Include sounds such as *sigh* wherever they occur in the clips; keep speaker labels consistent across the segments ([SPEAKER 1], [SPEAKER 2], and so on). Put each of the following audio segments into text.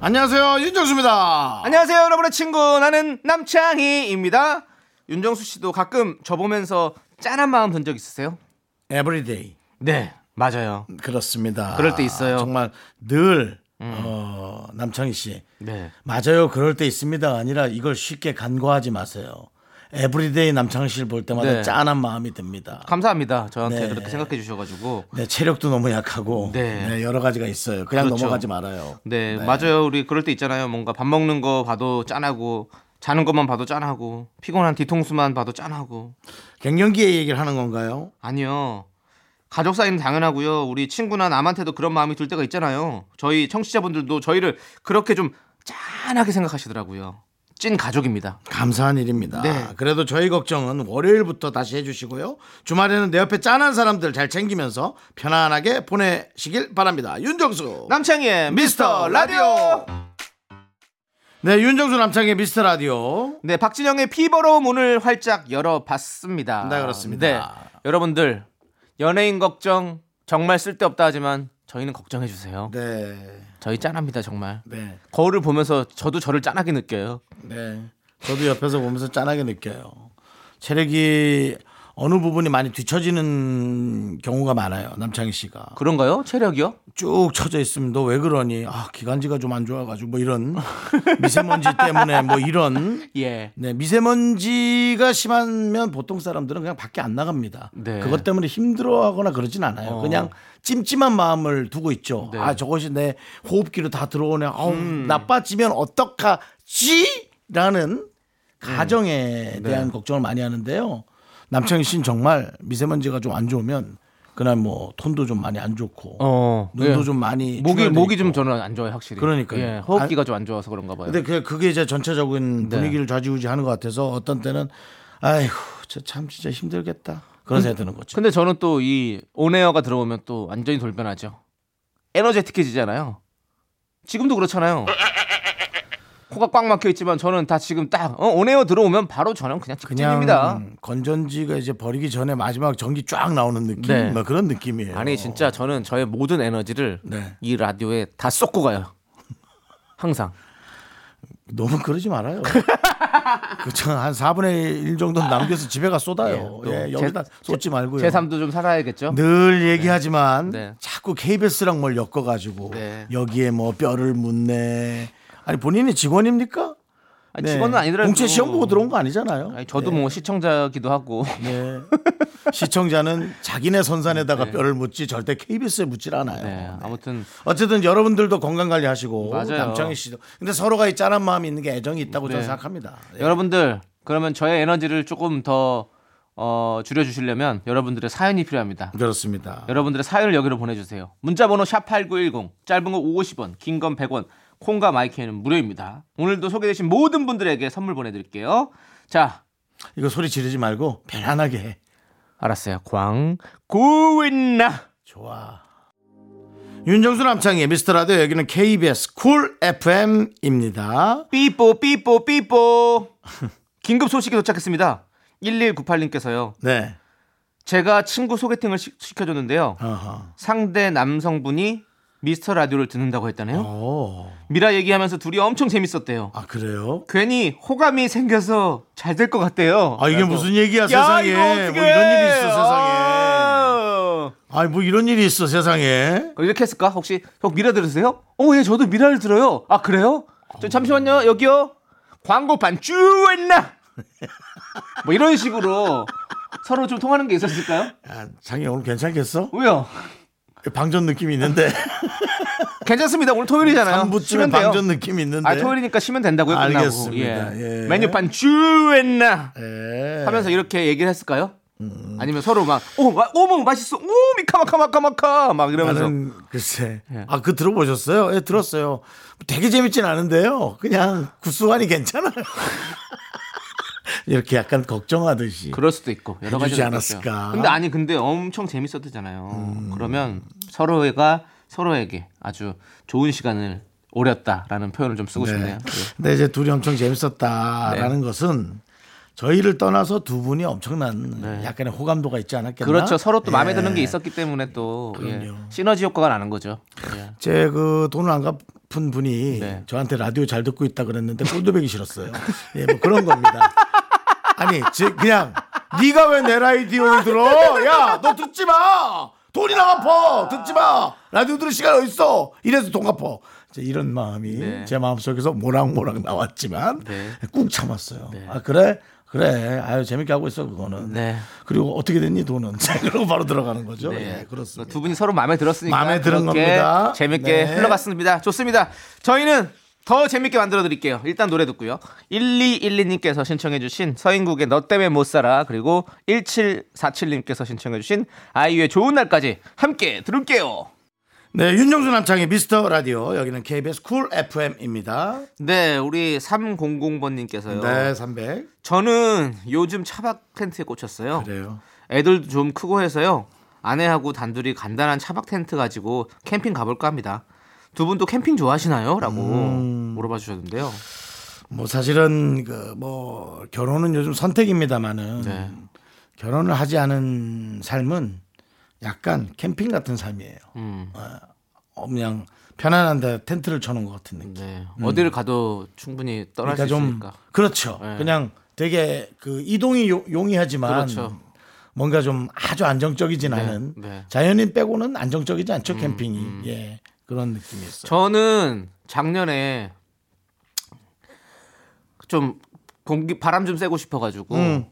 [SPEAKER 1] 안녕하세요 윤정수입니다.
[SPEAKER 2] 안녕하세요, 여러분의 친구 나는 남창희입니다. 윤정수 씨도 가끔 저 보면서 짠한 마음 본 적 있으세요?
[SPEAKER 1] 에브리데이
[SPEAKER 2] 네, 맞아요.
[SPEAKER 1] 그렇습니다.
[SPEAKER 2] 그럴 때 있어요.
[SPEAKER 1] 정말 늘 어, 남창희 씨
[SPEAKER 2] 네.
[SPEAKER 1] 맞아요. 그럴 때 있습니다. 아니라 이걸 쉽게 간과하지 마세요. 에브리데이 남창희 씨를 볼 때마다
[SPEAKER 2] 네.
[SPEAKER 1] 짠한 마음이 듭니다.
[SPEAKER 2] 감사합니다. 저한테
[SPEAKER 1] 네.
[SPEAKER 2] 그렇게 생각해 주셔가지고.
[SPEAKER 1] 네, 체력도 너무 약하고
[SPEAKER 2] 네.
[SPEAKER 1] 네, 여러 가지가 있어요. 그냥
[SPEAKER 2] 그렇죠.
[SPEAKER 1] 넘어가지 말아요.
[SPEAKER 2] 네, 맞아요. 우리 그럴 때 있잖아요. 뭔가 밥 먹는 거 봐도 짠하고, 자는 것만 봐도 짠하고, 피곤한 뒤통수만 봐도 짠하고.
[SPEAKER 1] 갱년기의 얘기를 하는 건가요?
[SPEAKER 2] 아니요. 가족 사이는 당연하고요. 우리 친구나 남한테도 그런 마음이 들 때가 있잖아요. 저희 청취자분들도 저희를 그렇게 좀 짠하게 생각하시더라고요. 찐 가족입니다.
[SPEAKER 1] 감사한 일입니다.
[SPEAKER 2] 네.
[SPEAKER 1] 그래도 저희 걱정은 월요일부터 다시 해주시고요. 주말에는 내 옆에 짠한 사람들 잘 챙기면서 편안하게 보내시길 바랍니다. 윤정수.
[SPEAKER 2] 남창희의 미스터 라디오.
[SPEAKER 1] 네, 윤정수 남창의 미스터 라디오.
[SPEAKER 2] 네, 박진영의 피버로 문을 활짝 열어봤습니다.
[SPEAKER 1] 네, 그렇습니다.
[SPEAKER 2] 여러분들 연예인 걱정 정말 쓸데없다 하지만 저희는 걱정해 주세요.
[SPEAKER 1] 네,
[SPEAKER 2] 저희 짠합니다 정말.
[SPEAKER 1] 네,
[SPEAKER 2] 거울을 보면서 저도 저를 짠하게 느껴요.
[SPEAKER 1] 네. 저도 옆에서 보면서 짠하게 느껴요. 체력이 어느 부분이 많이 뒤처지는 경우가 많아요. 남창희 씨가.
[SPEAKER 2] 그런가요? 체력이요?
[SPEAKER 1] 쭉 처져 있으면 너 왜 그러니? 아, 기관지가 좀 안 좋아가지고 뭐 이런 미세먼지 때문에 뭐 이런
[SPEAKER 2] *laughs* 예.
[SPEAKER 1] 네, 미세먼지가 심하면 보통 사람들은 그냥 밖에 안 나갑니다.
[SPEAKER 2] 네.
[SPEAKER 1] 그것 때문에 힘들어하거나 그러진 않아요.
[SPEAKER 2] 어.
[SPEAKER 1] 그냥 찜찜한 마음을 두고 있죠.
[SPEAKER 2] 네. 음.
[SPEAKER 1] 아, 저것이 내 호흡기로 다 들어오네. 아우, 나빠지면 어떡하지? 라는
[SPEAKER 2] 음.
[SPEAKER 1] 가정에
[SPEAKER 2] 네.
[SPEAKER 1] 대한 걱정을 많이 하는데요. 남창희 씨는 정말 미세먼지가 좀 안 좋으면 그날 뭐 톤도 좀 많이 안 좋고
[SPEAKER 2] 어.
[SPEAKER 1] 눈도
[SPEAKER 2] 예.
[SPEAKER 1] 좀 많이
[SPEAKER 2] 목이
[SPEAKER 1] 충혈돼
[SPEAKER 2] 목이 좀 예.
[SPEAKER 1] 있고.
[SPEAKER 2] 저는 안 좋아요 확실히.
[SPEAKER 1] 그러니까요.
[SPEAKER 2] 예, 호흡기가 좀 안 좋아서 그런가 봐요.
[SPEAKER 1] 근데 그게, 그게 이제
[SPEAKER 2] 네.
[SPEAKER 1] 전체적인 분위기를 좌지우지하는 것 같아서 어떤 때는 아이고 저 참 진짜 힘들겠다 그런 생각 드는 거죠.
[SPEAKER 2] 근데 저는 또 이 온에어가 들어오면 또 완전히 돌변하죠. 에너제틱해지잖아요. 지금도 그렇잖아요. 코가 꽉 막혀 있지만 저는 다 지금 딱 어, 온에어 들어오면 바로 저는 그냥
[SPEAKER 1] 그냥
[SPEAKER 2] 직진입니다.
[SPEAKER 1] 건전지가 이제 버리기 전에 마지막 전기 쫙 나오는 느낌
[SPEAKER 2] 네.
[SPEAKER 1] 뭐 그런 느낌이에요.
[SPEAKER 2] 아니 진짜 저는 저의 모든 에너지를
[SPEAKER 1] 네.
[SPEAKER 2] 이 라디오에 다 쏟고 가요. 항상.
[SPEAKER 1] 너무 그러지 말아요. *laughs* 그한 4분의 1 정도 남겨서 집에 가 쏟아요.
[SPEAKER 2] 또
[SPEAKER 1] 예,
[SPEAKER 2] 제-
[SPEAKER 1] 여기다 쏟지 말고요. 네.
[SPEAKER 2] 제 삶도 좀 살아야겠죠.
[SPEAKER 1] 늘 얘기하지만
[SPEAKER 2] 네.
[SPEAKER 1] 자꾸 KBS랑 뭘 엮어가지고
[SPEAKER 2] 네.
[SPEAKER 1] 여기에 뭐 뼈를 묻네. 아니 본인이 직원입니까?
[SPEAKER 2] 아니, 직원은 아니더라도
[SPEAKER 1] 네. 공채 시험 보고 들어온 거 네. 아니잖아요.
[SPEAKER 2] 아니, 저도 뭐 시청자기도 하고
[SPEAKER 1] 네. *laughs* 시청자는 자기네 선산에다가 뼈를 묻지 절대 KBS에 묻질 않아요.
[SPEAKER 2] 네, 아무튼
[SPEAKER 1] 어쨌든 여러분들도 건강 관리하시고
[SPEAKER 2] 맞아요. 네.
[SPEAKER 1] 남창희 씨도 근데 서로가 이 짠한 마음이 있는 게 애정이 있다고 저는 생각합니다. 예.
[SPEAKER 2] 여러분들 그러면 저의 에너지를 조금 더 어, 줄여주시려면 여러분들의 사연이 필요합니다.
[SPEAKER 1] 그렇습니다.
[SPEAKER 2] 여러분들의 사연을 여기로 보내주세요. 문자번호 샵 #8910 짧은 거 50원, 긴 건 100원, 콩과 마이크는 무료입니다. 오늘도 소개되신 모든 분들에게 선물 보내드릴게요. 자,
[SPEAKER 1] 이거 소리 지르지 말고 편안하게 해.
[SPEAKER 2] 알았어요. 광고인나
[SPEAKER 1] 좋아. 윤정수 남창희 미스터 라디오 여기는 KBS 쿨 FM입니다.
[SPEAKER 2] 삐뽀 삐뽀 삐뽀. 긴급 소식이 도착했습니다. 1198님께서요.
[SPEAKER 1] 네.
[SPEAKER 2] 제가 친구 소개팅을 시, 시켜줬는데요.
[SPEAKER 1] 어허.
[SPEAKER 2] 상대 남성분이 미스터 라디오를 듣는다고 했다네요.
[SPEAKER 1] 오.
[SPEAKER 2] 미라 얘기하면서 둘이 엄청 재밌었대요.
[SPEAKER 1] 아 그래요?
[SPEAKER 2] 괜히 호감이 생겨서 잘 될 것 같대요.
[SPEAKER 1] 아 이게
[SPEAKER 2] 그래서,
[SPEAKER 1] 무슨 얘기야
[SPEAKER 2] 야,
[SPEAKER 1] 세상에.
[SPEAKER 2] 이거 어떡해.
[SPEAKER 1] 뭐 이런 일이 있어 세상에.
[SPEAKER 2] 아.
[SPEAKER 1] 아니 뭐 이런 일이 있어 세상에.
[SPEAKER 2] 그럼 이렇게 했을까? 혹시 형 미라 들으세요? 어, 예, 저도 미라를 들어요. 아, 그래요?
[SPEAKER 1] 어.
[SPEAKER 2] 저 잠시만요. 여기요. 광고판 쭉 했나? 뭐 이런 식으로 서로 좀 통하는 게 있었을까요?
[SPEAKER 1] 야, 장이 오늘 괜찮겠어?
[SPEAKER 2] 왜요?
[SPEAKER 1] 방전 느낌이
[SPEAKER 2] *laughs*
[SPEAKER 1] 있는데.
[SPEAKER 2] 괜찮습니다. 오늘 토요일이잖아요.
[SPEAKER 1] 3부쯤에
[SPEAKER 2] 쉬면 돼요.
[SPEAKER 1] 방전 느낌이 있는데.
[SPEAKER 2] 아, 토요일이니까 쉬면 된다고요. 끝나고.
[SPEAKER 1] 알겠습니다. 예.
[SPEAKER 2] 메뉴판 쭉 했나?
[SPEAKER 1] 예.
[SPEAKER 2] 하면서 이렇게 얘기를 했을까요?
[SPEAKER 1] 음.
[SPEAKER 2] 아니면 서로 막, 오, 마, 어머, 맛있어. 오, 미카마카마카마카. 막 이러면서. 예.
[SPEAKER 1] 나는 글쎄 아 그 들어보셨어요? 예 들었어요. 되게 재밌진 않은데요. 그냥 구수하니 괜찮아요. *laughs* 이렇게 약간 걱정하듯이
[SPEAKER 2] 그럴 수도 있고 여러 가지
[SPEAKER 1] 해주지 않았을까. 음.
[SPEAKER 2] 근데 아니 근데 엄청 재밌었대잖아요. 그러면 서로가 서로에게 아주 좋은 시간을 오렸다라는 표현을 좀 쓰고 싶네요. 예. 네.
[SPEAKER 1] 근데 이제 둘이 엄청 재밌었다라는 것은 저희를 떠나서 두 분이 엄청난 약간의 호감도가 있지 않았겠나?
[SPEAKER 2] 네. 그렇죠. 서로 또 마음에
[SPEAKER 1] 예.
[SPEAKER 2] 드는 게 있었기 때문에 또 예.
[SPEAKER 1] 그럼요.
[SPEAKER 2] 시너지 효과가 나는 거죠. 예.
[SPEAKER 1] 제 그 돈을 안 갚은 분이
[SPEAKER 2] 네.
[SPEAKER 1] 저한테 라디오 잘 듣고 있다 그랬는데 꼴도 보기 싫었어요. 예, 뭐 그런 겁니다. 아니, 지- 그냥 네가 왜 내 라디오를 들어? 야, 너 듣지 마. 돈이나 갚아. 듣지 마. 라디오 들을 시간 어디 있어? 이래서 돈 갚아. 이제 이런 마음이
[SPEAKER 2] 네.
[SPEAKER 1] 제 마음속에서 모락모락 나왔지만
[SPEAKER 2] 네.
[SPEAKER 1] 꾹 참았어요. 아 그래? 그래. 아유 재밌게 하고 있어 그거는.
[SPEAKER 2] 네.
[SPEAKER 1] 그리고 어떻게 됐니 돈은? *laughs* 그러고 바로 들어가는 거죠.
[SPEAKER 2] 네.
[SPEAKER 1] 예, 그렇습니다.
[SPEAKER 2] 두 분이 서로 마음에 들었으니까
[SPEAKER 1] 마음에 드는
[SPEAKER 2] 그렇게
[SPEAKER 1] 겁니다.
[SPEAKER 2] 재밌게
[SPEAKER 1] 네.
[SPEAKER 2] 흘러갔습니다. 좋습니다. 저희는 더 재밌게 만들어 드릴게요. 일단 노래 듣고요. 1212님께서 신청해 주신 서인국의 너 때문에 못 살아 그리고 1747님께서 신청해 주신 아이유의 좋은 날까지 함께 들을게요.
[SPEAKER 1] 네, 윤정수 남창의 미스터 라디오 여기는 KBS 쿨 FM입니다.
[SPEAKER 2] 네, 우리 300번님께서요.
[SPEAKER 1] 네, 300.
[SPEAKER 2] 저는 요즘 차박 텐트에 꽂혔어요.
[SPEAKER 1] 그래요.
[SPEAKER 2] 애들도 좀 크고 해서요. 아내하고 단둘이 간단한 차박 텐트 가지고 캠핑 가볼까 합니다. 두 분도 캠핑 좋아하시나요? 라고
[SPEAKER 1] 음.
[SPEAKER 2] 물어봐 주셨는데요.
[SPEAKER 1] 뭐 사실은 그 뭐 결혼은 요즘 선택입니다만은
[SPEAKER 2] 네.
[SPEAKER 1] 결혼을 하지 않은 삶은 약간 캠핑 같은 삶이에요.
[SPEAKER 2] 음,
[SPEAKER 1] 어, 그냥 편안한데 텐트를 쳐놓은 것 같은 느낌.
[SPEAKER 2] 네. 어디를 가도 충분히 떠날
[SPEAKER 1] 음. 그러니까
[SPEAKER 2] 수
[SPEAKER 1] 좀
[SPEAKER 2] 있으니까.
[SPEAKER 1] 그렇죠.
[SPEAKER 2] 네.
[SPEAKER 1] 그냥 되게 그 이동이 요- 용이하지만
[SPEAKER 2] 그렇죠.
[SPEAKER 1] 뭔가 좀 아주 안정적이진 않은
[SPEAKER 2] 네. 음,
[SPEAKER 1] 자연인 빼고는 안정적이지 않죠 캠핑이. 예. 그런 느낌이 있어요.
[SPEAKER 2] 저는 작년에 좀 공기 바람 좀 쐬고 싶어가지고
[SPEAKER 1] 음.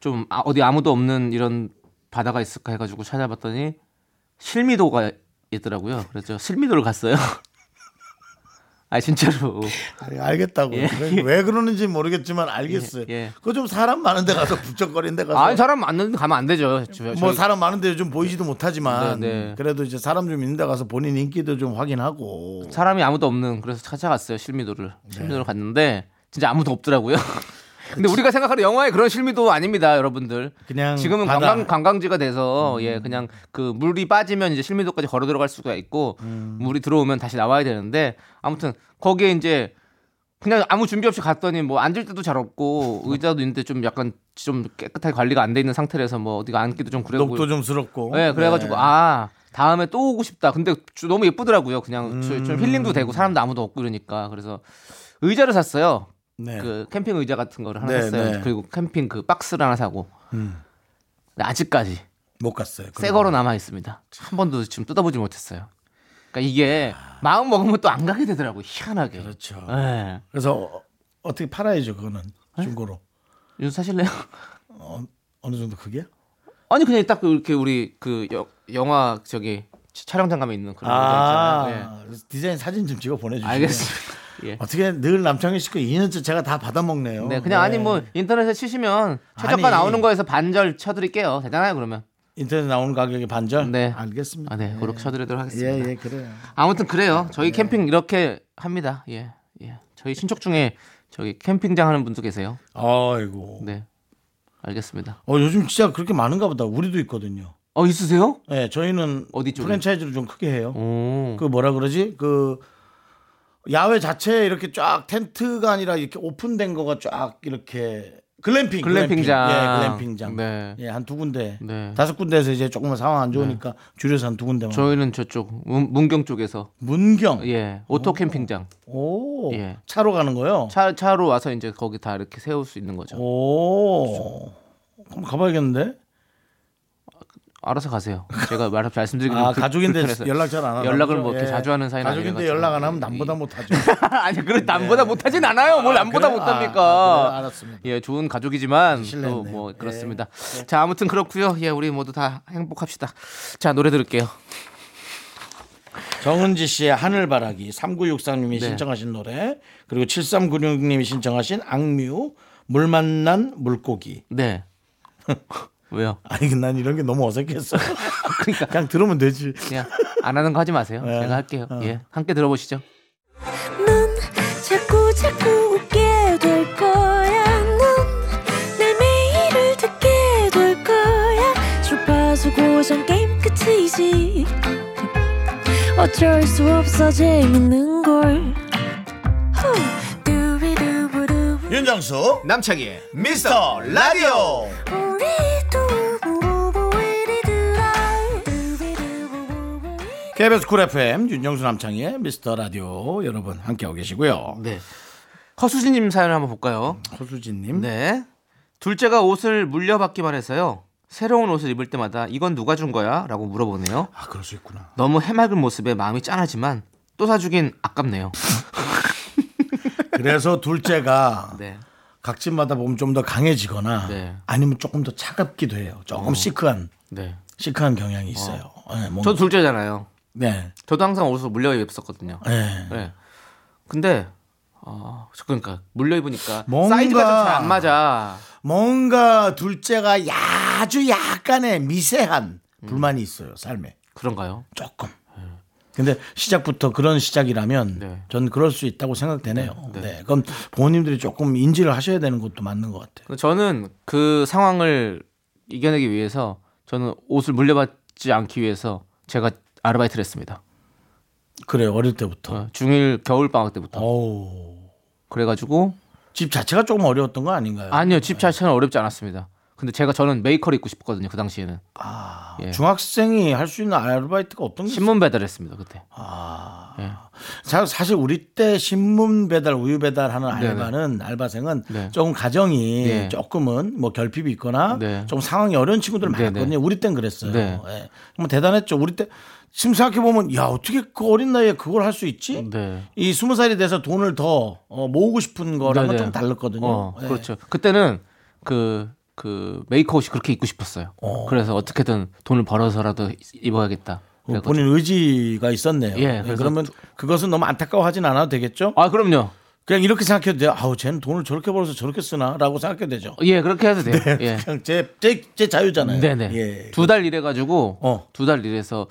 [SPEAKER 2] 좀 아- 어디 아무도 없는 이런 바다가 있을까 해가지고 찾아봤더니 실미도가 있더라고요. 그래서 실미도를 갔어요. *laughs* 아 진짜로.
[SPEAKER 1] 아니, 알겠다고. 그래, 왜 그러는지 모르겠지만 알겠어요.
[SPEAKER 2] 예, 예.
[SPEAKER 1] 그거 좀 사람 많은 데 가서 *laughs* 북적거리는 데 가서
[SPEAKER 2] 아 사람 맞는 가면 안 되죠. 저-
[SPEAKER 1] 뭐
[SPEAKER 2] 저희-
[SPEAKER 1] 사람 많은 데 요즘 보이지도 못하지만
[SPEAKER 2] 네, 네.
[SPEAKER 1] 그래도 이제 사람 좀 있는 데 가서 본인 인기도 좀 확인하고
[SPEAKER 2] 사람이 아무도 없는 그래서 찾아갔어요 실미도를 실미도를
[SPEAKER 1] 네.
[SPEAKER 2] 갔는데 진짜 아무도 없더라고요. *laughs* 근데 우리가 생각하는 영화의 그런 실미도 아닙니다, 여러분들.
[SPEAKER 1] 그냥
[SPEAKER 2] 지금은
[SPEAKER 1] 바다. 음.
[SPEAKER 2] 관광 관광지가 돼서 예 그냥 그 물이 빠지면 이제 실미도까지 걸어 들어갈 수가 있고
[SPEAKER 1] 음.
[SPEAKER 2] 물이 들어오면 다시 나와야 되는데 아무튼 거기에 이제 그냥 아무 준비 없이 갔더니 뭐 앉을 데도
[SPEAKER 1] *laughs*
[SPEAKER 2] 잘 없고 의자도 있는데 좀 약간 좀 깨끗하게 관리가 안 돼 있는 상태라서 뭐 어디가 앉기도 좀 그래 보이고
[SPEAKER 1] 녹도 좀 스럽고.
[SPEAKER 2] 예, 그래가지고
[SPEAKER 1] 네.
[SPEAKER 2] 아 다음에 또 오고 싶다. 근데 주- 너무 예쁘더라고요. 그냥 주-
[SPEAKER 1] 음.
[SPEAKER 2] 좀 힐링도 되고 사람도 아무도 없고 이러니까 그래서 의자를 샀어요.
[SPEAKER 1] 네.
[SPEAKER 2] 그 캠핑 의자 같은 거를 하나
[SPEAKER 1] 네,
[SPEAKER 2] 샀어요.
[SPEAKER 1] 네. 음.
[SPEAKER 2] 그리고 캠핑 그 박스를 하나 사고 근데 아직까지
[SPEAKER 1] 못 갔어요.
[SPEAKER 2] 새 거로 남아 있습니다. 한 번도 지금 뜯어보지 못했어요. 그러니까 이게 마음 먹으면 또 안 가게 되더라고 요 희한하게.
[SPEAKER 1] 그렇죠.
[SPEAKER 2] 예.
[SPEAKER 1] 그래서 어, 어떻게 팔아야죠 그거는 중고로
[SPEAKER 2] 윤수 사실래요? *laughs*
[SPEAKER 1] 어느 정도 크게?
[SPEAKER 2] 아니 그냥 딱 이렇게 우리 그 여- 영화 저기 촬영장 가면 있는 그런 의자
[SPEAKER 1] 아
[SPEAKER 2] 있잖아요. 예.
[SPEAKER 1] 그래서 디자인 사진 좀 찍어 보내주시면.
[SPEAKER 2] 알겠습니다. *laughs* 예.
[SPEAKER 1] 어떻게 늘 남창희 씨거 2년째 제가 다 받아먹네요.
[SPEAKER 2] 네, 그냥 아니 뭐 인터넷에 치시면 최저가
[SPEAKER 1] 아니.
[SPEAKER 2] 나오는 거에서 반절 쳐드릴게요. 되잖아요, 그러면.
[SPEAKER 1] 인터넷 나오는 가격의 반절.
[SPEAKER 2] 네.
[SPEAKER 1] 알겠습니다.
[SPEAKER 2] 아, 네, 그렇게 쳐드리도록 하겠습니다.
[SPEAKER 1] 예, 예, 그래요.
[SPEAKER 2] 아무튼 그래요. 저희 캠핑 이렇게 합니다. 예, 예. 저희 친척 중에 저기 캠핑장 하는 분도 계세요.
[SPEAKER 1] 아이고.
[SPEAKER 2] 네, 알겠습니다.
[SPEAKER 1] 어, 요즘 진짜 그렇게 많은가 보다. 우리도 있거든요.
[SPEAKER 2] 어 있으세요?
[SPEAKER 1] 예, 저희는
[SPEAKER 2] 어디 쪽에? 어.
[SPEAKER 1] 프랜차이즈를 좀 크게 해요.
[SPEAKER 2] 오,
[SPEAKER 1] 그 뭐라 그러지? 그 야외 자체에 이렇게 쫙 텐트가 아니라 이렇게 오픈된 거가 쫙 이렇게 글램핑,
[SPEAKER 2] 글램핑장.
[SPEAKER 1] 예, 글램핑장.
[SPEAKER 2] 네.
[SPEAKER 1] 예, 한 두 군데.
[SPEAKER 2] 네.
[SPEAKER 1] 다섯 군데에서 이제 조금만 상황 안 좋으니까 줄여서 한 두 군데만.
[SPEAKER 2] 저희는 저쪽 문, 문경 쪽에서
[SPEAKER 1] 문경.
[SPEAKER 2] 예, 오토 캠핑장
[SPEAKER 1] 오.
[SPEAKER 2] 예.
[SPEAKER 1] 차로 가는 거요?
[SPEAKER 2] 차 차로 와서 이제 거기 다 이렇게 세울 수 있는 거죠.
[SPEAKER 1] 오. 그럼 그렇죠. 가봐야겠는데?
[SPEAKER 2] 알아서 가세요. 제가 말 *laughs* 말씀드리기
[SPEAKER 1] 아
[SPEAKER 2] 좀 그-
[SPEAKER 1] 가족인데
[SPEAKER 2] 불편해서.
[SPEAKER 1] 연락 잘 안 하나
[SPEAKER 2] 연락을
[SPEAKER 1] 보죠?
[SPEAKER 2] 뭐 이렇게
[SPEAKER 1] 예.
[SPEAKER 2] 자주 하는 그렇죠. 음. 사이는
[SPEAKER 1] 가족인데
[SPEAKER 2] 아니라
[SPEAKER 1] 연락 안
[SPEAKER 2] 가지고.
[SPEAKER 1] 하면 남보다
[SPEAKER 2] 이-
[SPEAKER 1] 못하죠.
[SPEAKER 2] *laughs* 아니 그래 남보다 못하진 않아요. 뭘 남보다
[SPEAKER 1] 그래요?
[SPEAKER 2] 못합니까?
[SPEAKER 1] 아, 그래요? 알았습니다.
[SPEAKER 2] 예, 좋은 가족이지만
[SPEAKER 1] 실례했네요. 네.
[SPEAKER 2] 또 뭐 그렇습니다. 자, 아무튼 그렇고요. 예, 우리 모두 다 행복합시다. 자, 노래 들을게요.
[SPEAKER 1] 정은지 씨의 하늘바라기, 3963님이
[SPEAKER 2] 네.
[SPEAKER 1] 신청하신 노래, 그리고 7396님이 신청하신 악뮤, 물 만난 물고기.
[SPEAKER 2] 네. *laughs* 왜요?
[SPEAKER 1] 아니 난 이런 게 너무 어색했어.
[SPEAKER 2] *laughs* 그러니까
[SPEAKER 1] 그냥 들으면 되지.
[SPEAKER 2] 그냥 안 하는 거 하지 마세요.
[SPEAKER 1] 예.
[SPEAKER 2] 제가 할게요.
[SPEAKER 1] 어.
[SPEAKER 2] 예, 함께 들어보시죠.
[SPEAKER 3] 넌 자꾸 자꾸 웃게 될 거야. 넌내 매일을 듣게 될 거야. 주파수 고정 게임 끝이지. 어쩔 수 없어 재밌는 걸. 후. 두비두부두.
[SPEAKER 4] 윤정수
[SPEAKER 1] 네.
[SPEAKER 2] 남창희의
[SPEAKER 4] 미스터 라디오
[SPEAKER 3] 우리 두부부부 우리들아. 두비두부부부 우리
[SPEAKER 1] KBS 쿨 FM 윤정수 남창희의 미스터 라디오 여러분 함께하고 계시고요.
[SPEAKER 2] 네. 허수진님 사연을 한번 볼까요?
[SPEAKER 1] 호수진님.
[SPEAKER 2] 네. 둘째가 옷을 물려받기만 해서요. 새로운 옷을 입을 때마다 이건 누가 준 거야? 라고 물어보네요.
[SPEAKER 1] 아 그럴 수 있구나.
[SPEAKER 2] 너무 해맑은 모습에 마음이 짠하지만 또 사주긴 아깝네요.
[SPEAKER 1] 그래서
[SPEAKER 2] *laughs*
[SPEAKER 1] 둘째가
[SPEAKER 2] 네.
[SPEAKER 1] 각 집마다 보면 좀 더 강해지거나
[SPEAKER 2] 네. 어.
[SPEAKER 1] 아니면 조금 더 차갑기도 해요. 조금 시크한
[SPEAKER 2] 네.
[SPEAKER 1] 시크한 경향이 있어요. 네, 뭔가-
[SPEAKER 2] 저 둘째잖아요.
[SPEAKER 1] 네.
[SPEAKER 2] 저도 항상 옷을 물려 입었었거든요.
[SPEAKER 1] 네.
[SPEAKER 2] 네. 근데 어, 저 그러니까 물려 입으니까
[SPEAKER 1] 뭔가-
[SPEAKER 2] 사이즈가 좀 잘 안 맞아.
[SPEAKER 1] 뭔가 둘째가 아주 약간의 미세한
[SPEAKER 2] 음.
[SPEAKER 1] 불만이 있어요 삶에
[SPEAKER 2] 그런가요?
[SPEAKER 1] 조금. 근데 시작부터 그런 시작이라면
[SPEAKER 2] 네.
[SPEAKER 1] 전 그럴 수 있다고 생각되네요. 네. 그건 부모님들이 조금 인지를 하셔야 되는 것도 맞는 것 같아요.
[SPEAKER 2] 근데 저는 그 상황을 이겨내기 위해서 저는 옷을 물려받지 않기 위해서 제가 아르바이트를 했습니다.
[SPEAKER 1] 그래 요 어릴 때부터.
[SPEAKER 2] 어, 중일 겨울 방학 때부터.
[SPEAKER 1] 어우.
[SPEAKER 2] 그래가지고
[SPEAKER 1] 집 자체가 조금 어려웠던 거 아닌가요?
[SPEAKER 2] 아니요 집 자체는 어렵지 않았습니다. 근데 제가 저는 메이커를 입고 싶었거든요 그 당시에는 예.
[SPEAKER 1] 아, 중학생이 할 수 있는 아르바이트가 어떤 게 있어요?
[SPEAKER 2] 신문 배달했습니다 그때.
[SPEAKER 1] 아,
[SPEAKER 2] 네.
[SPEAKER 1] 자, 사실 우리 때 신문 배달, 우유 배달하는
[SPEAKER 2] 네네.
[SPEAKER 1] 알바는 알바생은
[SPEAKER 2] 네.
[SPEAKER 1] 조금 가정이
[SPEAKER 2] 네.
[SPEAKER 1] 조금은 뭐 결핍이 있거나
[SPEAKER 2] 네.
[SPEAKER 1] 좀 상황이 어려운 친구들
[SPEAKER 2] 네네.
[SPEAKER 1] 많았거든요. 우리 땐 그랬어요.
[SPEAKER 2] 네.
[SPEAKER 1] 예. 정말 대단했죠. 우리 때 지금 생각해 보면 야 어떻게 그 어린 나이에 그걸 할 수 있지?
[SPEAKER 2] 네.
[SPEAKER 1] 이 스무 살이 돼서 돈을 더 어, 모으고 싶은 거랑은
[SPEAKER 2] 네네.
[SPEAKER 1] 좀 달랐거든요.
[SPEAKER 2] 어,
[SPEAKER 1] 예.
[SPEAKER 2] 그렇죠. 그때는 그, 그 메이커 옷이 그렇게 입고 싶었어요.
[SPEAKER 1] 어.
[SPEAKER 2] 그래서 어떻게든 돈을 벌어서라도 입어야겠다.
[SPEAKER 1] 어,
[SPEAKER 2] 그래가지고-
[SPEAKER 1] 본인 의지가 있었네요.
[SPEAKER 2] 예,
[SPEAKER 1] 예,
[SPEAKER 2] 그래서-
[SPEAKER 1] 그러면 그것은 너무 안타까워하진 않아도 되겠죠?
[SPEAKER 2] 아, 그럼요.
[SPEAKER 1] 그냥 이렇게 생각해도 돼요. 아우, 쟤는 돈을 저렇게 벌어서 저렇게 쓰나라고 생각해도 되죠.
[SPEAKER 2] 예, 그렇게 해도 돼요. 예.
[SPEAKER 1] 네, *laughs* 그냥 제, 제, 제 자유잖아요.
[SPEAKER 2] 네네.
[SPEAKER 1] 예.
[SPEAKER 2] 두 달 일해가지고,
[SPEAKER 1] 어.
[SPEAKER 2] 두 달 일해서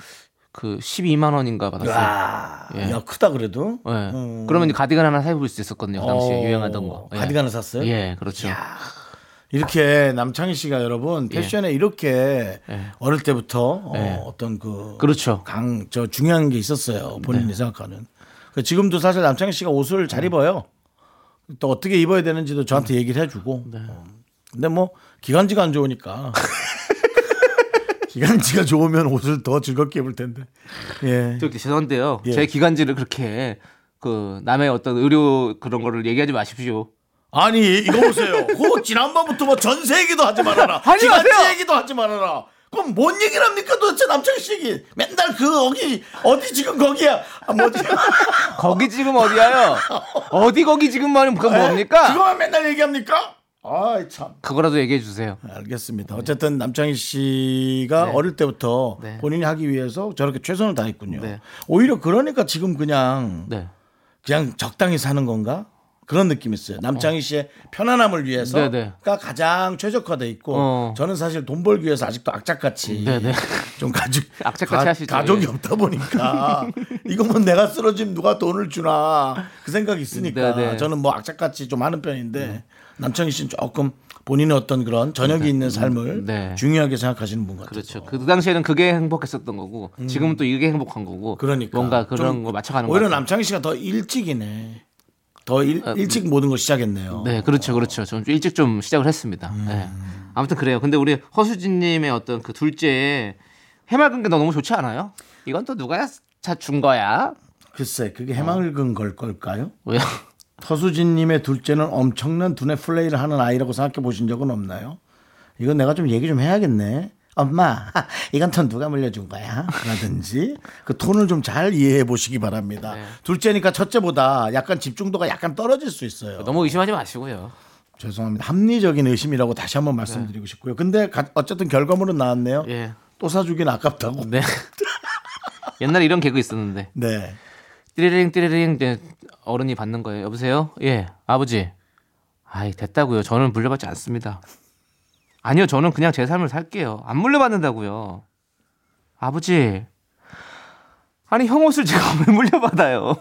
[SPEAKER 2] 그 12만 원인가 받았어요.
[SPEAKER 1] 와,
[SPEAKER 2] 예.
[SPEAKER 1] 야, 크다 그래도.
[SPEAKER 2] 예.
[SPEAKER 1] 음.
[SPEAKER 2] 그러면 이제 가디건 하나 사입을 수 있었거든요. 그 당시에
[SPEAKER 1] 어,
[SPEAKER 2] 유행하던 거. 예.
[SPEAKER 1] 가디건을 샀어요?
[SPEAKER 2] 예, 그렇죠.
[SPEAKER 1] 이렇게 남창희 씨가 여러분 패션에 이렇게
[SPEAKER 2] 예.
[SPEAKER 1] 어릴 때부터
[SPEAKER 2] 예.
[SPEAKER 1] 어, 떤 그.
[SPEAKER 2] 그렇죠. 네.
[SPEAKER 1] 강, 저 중요한 게 있었어요. 본인이 생각하는. 그 지금도 사실 남창희 씨가 옷을 잘 입어요. 또 어떻게 입어야 되는지도
[SPEAKER 2] 네.
[SPEAKER 1] 저한테 얘기를 해주고. 어. 근데 뭐 기관지가 안
[SPEAKER 2] *laughs*
[SPEAKER 1] 좋으니까. 기관지가 좋으면 옷을 더 즐겁게 입을 텐데. 예.
[SPEAKER 2] 저기 죄송한데요.
[SPEAKER 1] 예.
[SPEAKER 2] 제 기간지를 그렇게 그 남의 어떤 의료 그런 거를 얘기하지 마십시오.
[SPEAKER 1] 아니 이거 보세요. 그 지난번부터 뭐 전세 얘기도 하지 말아라.
[SPEAKER 2] *laughs* 하지 마세요.
[SPEAKER 1] 기관지 얘기도 하지 말아라. 그럼 뭔 얘기를 합니까 도대체 남창희 씨 얘기. 맨날 그 어디 어디 지금 거기야. 아, 뭐지?
[SPEAKER 2] 거기 지금 어디야요? 어디 거기 지금 말은 그건 *laughs* 뭡니까?
[SPEAKER 1] 네. 그거만 맨날 얘기합니까? 아이 참.
[SPEAKER 2] 그거라도 얘기해 주세요.
[SPEAKER 1] 알겠습니다. 어쨌든 남창희 씨가 어릴 때부터
[SPEAKER 2] 네.
[SPEAKER 1] 본인이 하기 위해서 저렇게 최선을 다했군요.
[SPEAKER 2] 네.
[SPEAKER 1] 오히려 그러니까 지금 그냥
[SPEAKER 2] 네.
[SPEAKER 1] 그냥 적당히 사는 건가? 그런 느낌이 있어요. 남창희 씨의 편안함을 위해서가
[SPEAKER 2] 네네.
[SPEAKER 1] 가장 최적화돼 있고
[SPEAKER 2] 어.
[SPEAKER 1] 저는 사실 돈 벌기 위해서 아직도 악착같이
[SPEAKER 2] 네네.
[SPEAKER 1] 좀 가족
[SPEAKER 2] *laughs* 악착같이
[SPEAKER 1] 가-
[SPEAKER 2] 하시죠.
[SPEAKER 1] 가족이
[SPEAKER 2] 예.
[SPEAKER 1] 없다
[SPEAKER 2] *laughs*
[SPEAKER 1] 보니까 이거 뭐 내가 쓰러지면 누가 돈을 주나 그 생각이 있으니까
[SPEAKER 2] 네네. 음.
[SPEAKER 1] 저는 뭐 악착같이 좀 하는 편인데 남창희 씨는 조금 본인의 어떤 그런 저녁이 있는 삶을
[SPEAKER 2] 네.
[SPEAKER 1] 중요하게 생각하시는 분 같아요.
[SPEAKER 2] 그렇죠. 그 당시에는 그게 행복했었던 거고 지금은 또 이게 행복한 거고.
[SPEAKER 1] 음. 그러니까
[SPEAKER 2] 뭔가
[SPEAKER 1] 좀
[SPEAKER 2] 그런 거 맞춰가는 거.
[SPEAKER 1] 오히려 남창희 씨가 더 일찍이네. 더 일, 일찍 모든 걸 시작했네요.
[SPEAKER 2] 아, 음. 네, 그렇죠, 그렇죠. 저는 좀 일찍 좀 시작을 했습니다.
[SPEAKER 1] 음.
[SPEAKER 2] 네. 아무튼 그래요. 근데 우리 허수진님의 어떤 그 둘째 해맑은 게 너무 좋지 않아요? 이건 또 누가 자준 거야?
[SPEAKER 1] 글쎄 그게 해맑은 걸 걸까요?
[SPEAKER 2] 왜요?
[SPEAKER 1] 서수진님의 둘째는 엄청난 두뇌 플레이를 하는 아이라고 생각해 보신 적은 없나요? 이건 내가 좀 얘기 좀 해야겠네. 엄마, *laughs* 이건 돈 누가 물려준 거야? 라든지 그 톤을 좀 잘 이해해 보시기 바랍니다. 둘째니까 첫째보다 약간 집중도가 약간 떨어질 수 있어요.
[SPEAKER 2] 너무 의심하지 마시고요.
[SPEAKER 1] 죄송합니다. 합리적인 의심이라고 다시 한번 말씀드리고 싶고요. 근데 가- 어쨌든 결과물은 나왔네요.
[SPEAKER 2] 예.
[SPEAKER 1] 또 사주긴 아깝다고.
[SPEAKER 2] 네. *laughs* 옛날에 이런 개그 있었는데.
[SPEAKER 1] 네.
[SPEAKER 2] 띠리링 띠리링 이제 어른이 받는 거예요. 여보세요? 예, 아버지. 아이 됐다고요. 저는 물려받지 않습니다. 아니요, 저는 그냥 제 삶을 살게요. 안 물려받는다고요. 아버지. 아니, 형 옷을 제가 *laughs* 왜 물려받아요?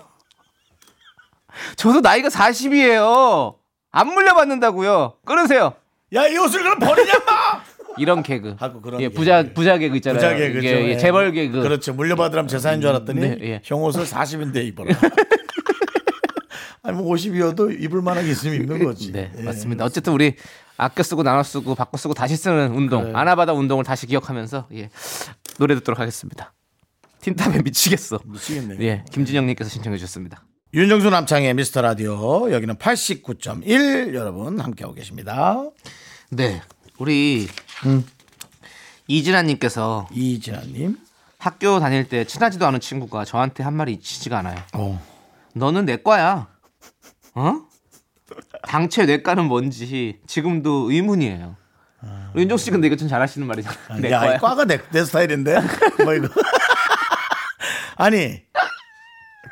[SPEAKER 2] 저도 나이가 40이에요. 안 물려받는다고요. 끊으세요.
[SPEAKER 1] 야 이 옷을 그럼 버리냐 마
[SPEAKER 2] 이런 개그.
[SPEAKER 1] 하고 그런
[SPEAKER 2] 예,
[SPEAKER 1] 개그.
[SPEAKER 2] 부자 부자 개그 있잖아요.
[SPEAKER 1] 부자개 그죠
[SPEAKER 2] 예, 예, 재벌 개그.
[SPEAKER 1] 그렇죠 물려받으라면 재산인 줄 알았더니
[SPEAKER 2] 네, 예.
[SPEAKER 1] 형 옷을 40인데
[SPEAKER 2] *laughs*
[SPEAKER 1] 입어라 아니 뭐 50이어도 입을 만한 게 있으면 입는 거지
[SPEAKER 2] 네,
[SPEAKER 1] 예.
[SPEAKER 2] 맞습니다. 어쨌든 우리 아껴 쓰고 나눠 쓰고 바꿔 쓰고 다시 쓰는 운동, 아나바다 운동을 다시 기억하면서 예, 노래 듣도록 하겠습니다. 틴탑에 미치겠어.
[SPEAKER 1] 미치겠네요.
[SPEAKER 2] 예, 김진영님께서 신청해 주셨습니다.
[SPEAKER 1] 윤정수 남창의 미스터 라디오 여기는 89.1 여러분 함께하고 계십니다
[SPEAKER 2] 네, 우리 음. 이진아님께서
[SPEAKER 1] 이지아님
[SPEAKER 2] 학교 다닐 때 친하지도 않은 친구가 저한테 한 말이 잊히지가 않아요.
[SPEAKER 1] 어.
[SPEAKER 2] 너는 내 과야. 어? 당최 내과는 뭔지 지금도 의문이에요. 우리 윤종 씨 근데 이거 좀 잘하시는 아. 말이잖아요. 내
[SPEAKER 1] 야,
[SPEAKER 2] 과야.
[SPEAKER 1] 이 과가 내, 내 스타일인데? 뭐 이거. *laughs* 아니,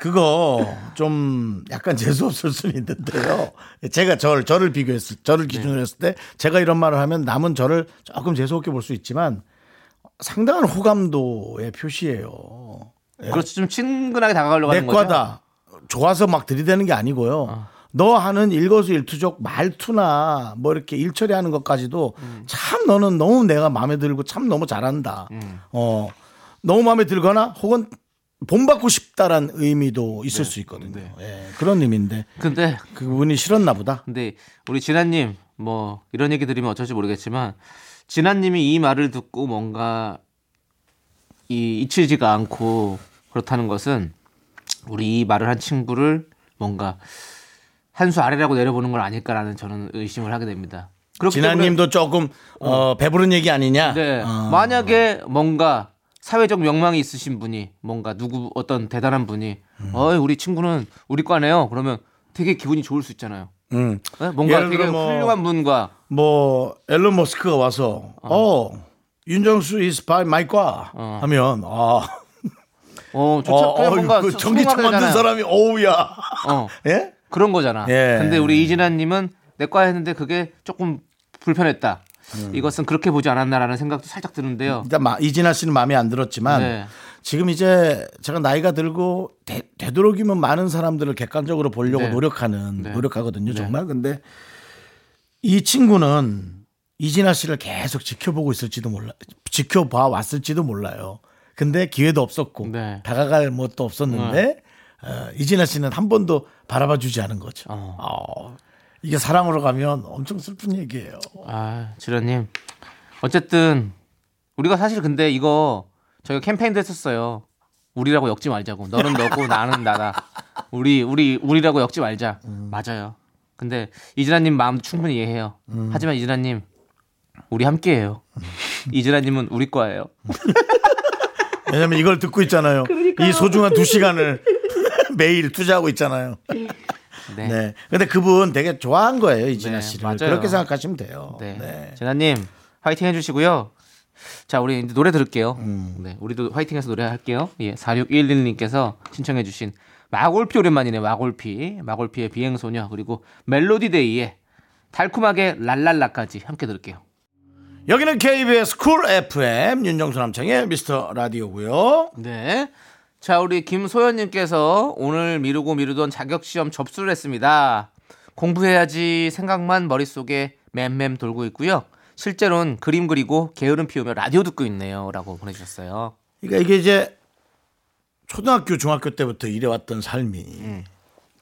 [SPEAKER 1] 그거 좀 약간 재수없을 수는 있는데요. 제가 절, 저를 비교했을, 저를 기준으로 했을 때 제가 이런 말을 하면 남은 저를 조금 재수없게 볼 수 있지만 상당한 호감도의 표시예요.
[SPEAKER 2] 그렇지 좀 친근하게 다가가려고
[SPEAKER 1] 네. 내
[SPEAKER 2] 하는 거죠.
[SPEAKER 1] 과다. 좋아서 막 들이대는 게 아니고요. 너 하는 일거수일투족 말투나 뭐 이렇게 일 처리하는 것까지도
[SPEAKER 2] 음.
[SPEAKER 1] 참 너는 너무 내가 마음에 들고 참 너무 잘한다.
[SPEAKER 2] 음.
[SPEAKER 1] 어 너무 마음에 들거나 혹은 본받고 싶다란 의미도 있을
[SPEAKER 2] 네.
[SPEAKER 1] 수 있거든요. 예, 그런 의미인데
[SPEAKER 2] 근데
[SPEAKER 1] 그분이 싫었나 보다.
[SPEAKER 2] 근데 우리 진아님 뭐 이런 얘기 드리면 어쩔지 모르겠지만 진아님이 이 말을 듣고 뭔가 이 잊히지가 않고 그렇다는 것은 우리 이 말을 한 친구를 뭔가 한 수 아래라고 내려보는 건 아닐까라는 저는 의심을 하게 됩니다. 그렇기 때문에
[SPEAKER 1] 진아님도 조금 어, 배부른 얘기 아니냐?
[SPEAKER 2] 네.
[SPEAKER 1] 어.
[SPEAKER 2] 만약에 뭔가 사회적 명망이 있으신 분이 뭔가 누구 어떤 대단한 분이
[SPEAKER 1] 음.
[SPEAKER 2] 어이 우리 친구는 우리 과네요. 그러면 되게 기분이 좋을 수 있잖아요.
[SPEAKER 1] 음.
[SPEAKER 2] 네? 뭔가
[SPEAKER 1] 예를
[SPEAKER 2] 되게
[SPEAKER 1] 들어 뭐-
[SPEAKER 2] 훌륭한 분과
[SPEAKER 1] 뭐 앨런 머스크가 와서 어, 윤정수 is by my 과 하면 아
[SPEAKER 2] 어,
[SPEAKER 1] 어,
[SPEAKER 2] 좋죠. 그냥
[SPEAKER 1] 어,
[SPEAKER 2] 뭔가
[SPEAKER 1] 그
[SPEAKER 2] 소-
[SPEAKER 1] 전기차 만든
[SPEAKER 2] 소통하잖아요.
[SPEAKER 1] 사람이 어우야
[SPEAKER 2] 어,
[SPEAKER 1] 예
[SPEAKER 2] 그런 거잖아.
[SPEAKER 1] 예.
[SPEAKER 2] 근데 우리 이진아님은 내과 했는데 그게 조금 불편했다.
[SPEAKER 1] 음.
[SPEAKER 2] 이것은 그렇게 보지 않았나라는 생각도 살짝 드는데요.
[SPEAKER 1] 일단 마- 이진아 씨는 마음에 안 들었지만
[SPEAKER 2] 네.
[SPEAKER 1] 지금 이제 제가 나이가 들고 되, 도록이면 많은 사람들을 객관적으로 보려고
[SPEAKER 2] 네.
[SPEAKER 1] 노력하는
[SPEAKER 2] 네.
[SPEAKER 1] 노력하거든요 정말 근데 이 친구는 이진아 씨를 계속 지켜보고 있을지도 몰라 지켜봐 왔을지도 몰라요 근데 기회도 없었고
[SPEAKER 2] 네.
[SPEAKER 1] 다가갈 것도 없었는데 어, 이진아 씨는 한 번도 바라봐 주지 않은 거죠
[SPEAKER 2] 어.
[SPEAKER 1] 어, 이게 사랑으로 가면 엄청 슬픈 얘기예요
[SPEAKER 2] 아, 지라님. 어쨌든 우리가 사실 근데 이거 저희가 캠페인도 했었어요. 우리라고 엮지 말자고. 너는 너고 나는 나다. 우리 우리 우리라고 엮지 말자. 맞아요. 근데 이진아님 마음 충분히 이해해요. 하지만 이진아님 우리 함께해요. 이진아님은 우리 과예요.
[SPEAKER 1] 왜냐면 이걸 듣고 있잖아요 이 소중한 두 시간을 *laughs* 매일 투자하고 있잖아요
[SPEAKER 2] 네. 네.
[SPEAKER 1] 네. 근데 그분 되게 좋아한 거예요, 이진아
[SPEAKER 2] 네,
[SPEAKER 1] 씨를.
[SPEAKER 2] 맞아요.
[SPEAKER 1] 그렇게 생각하시면
[SPEAKER 2] 어,
[SPEAKER 1] 돼요. 네.
[SPEAKER 2] 진아님 화이팅 해주시고요. 자, 우리 이제 노래 들을게요. 네, 우리도 화이팅해서 노래할게요. 예, 4611님께서 신청해주신 마골피 오랜만이네, 마골피. 마골피의 비행소녀, 그리고 멜로디데이의 달콤하게 랄랄라까지 함께 들을게요.
[SPEAKER 1] 여기는 KBS 쿨 FM 윤정수 남창의 미스터 라디오고요.
[SPEAKER 2] 네. 자, 우리 김소연님께서 오늘 미루고 미루던 자격시험 접수를 했습니다. 공부해야지 생각만 머릿속에 맴맴 돌고 있고요. 실제로는 그림 그리고 게으름 피우며 라디오 듣고 있네요. 라고 보내주셨어요.
[SPEAKER 1] 그러니까 이게 이제 초등학교, 중학교 때부터 이래왔던 삶이
[SPEAKER 2] 예.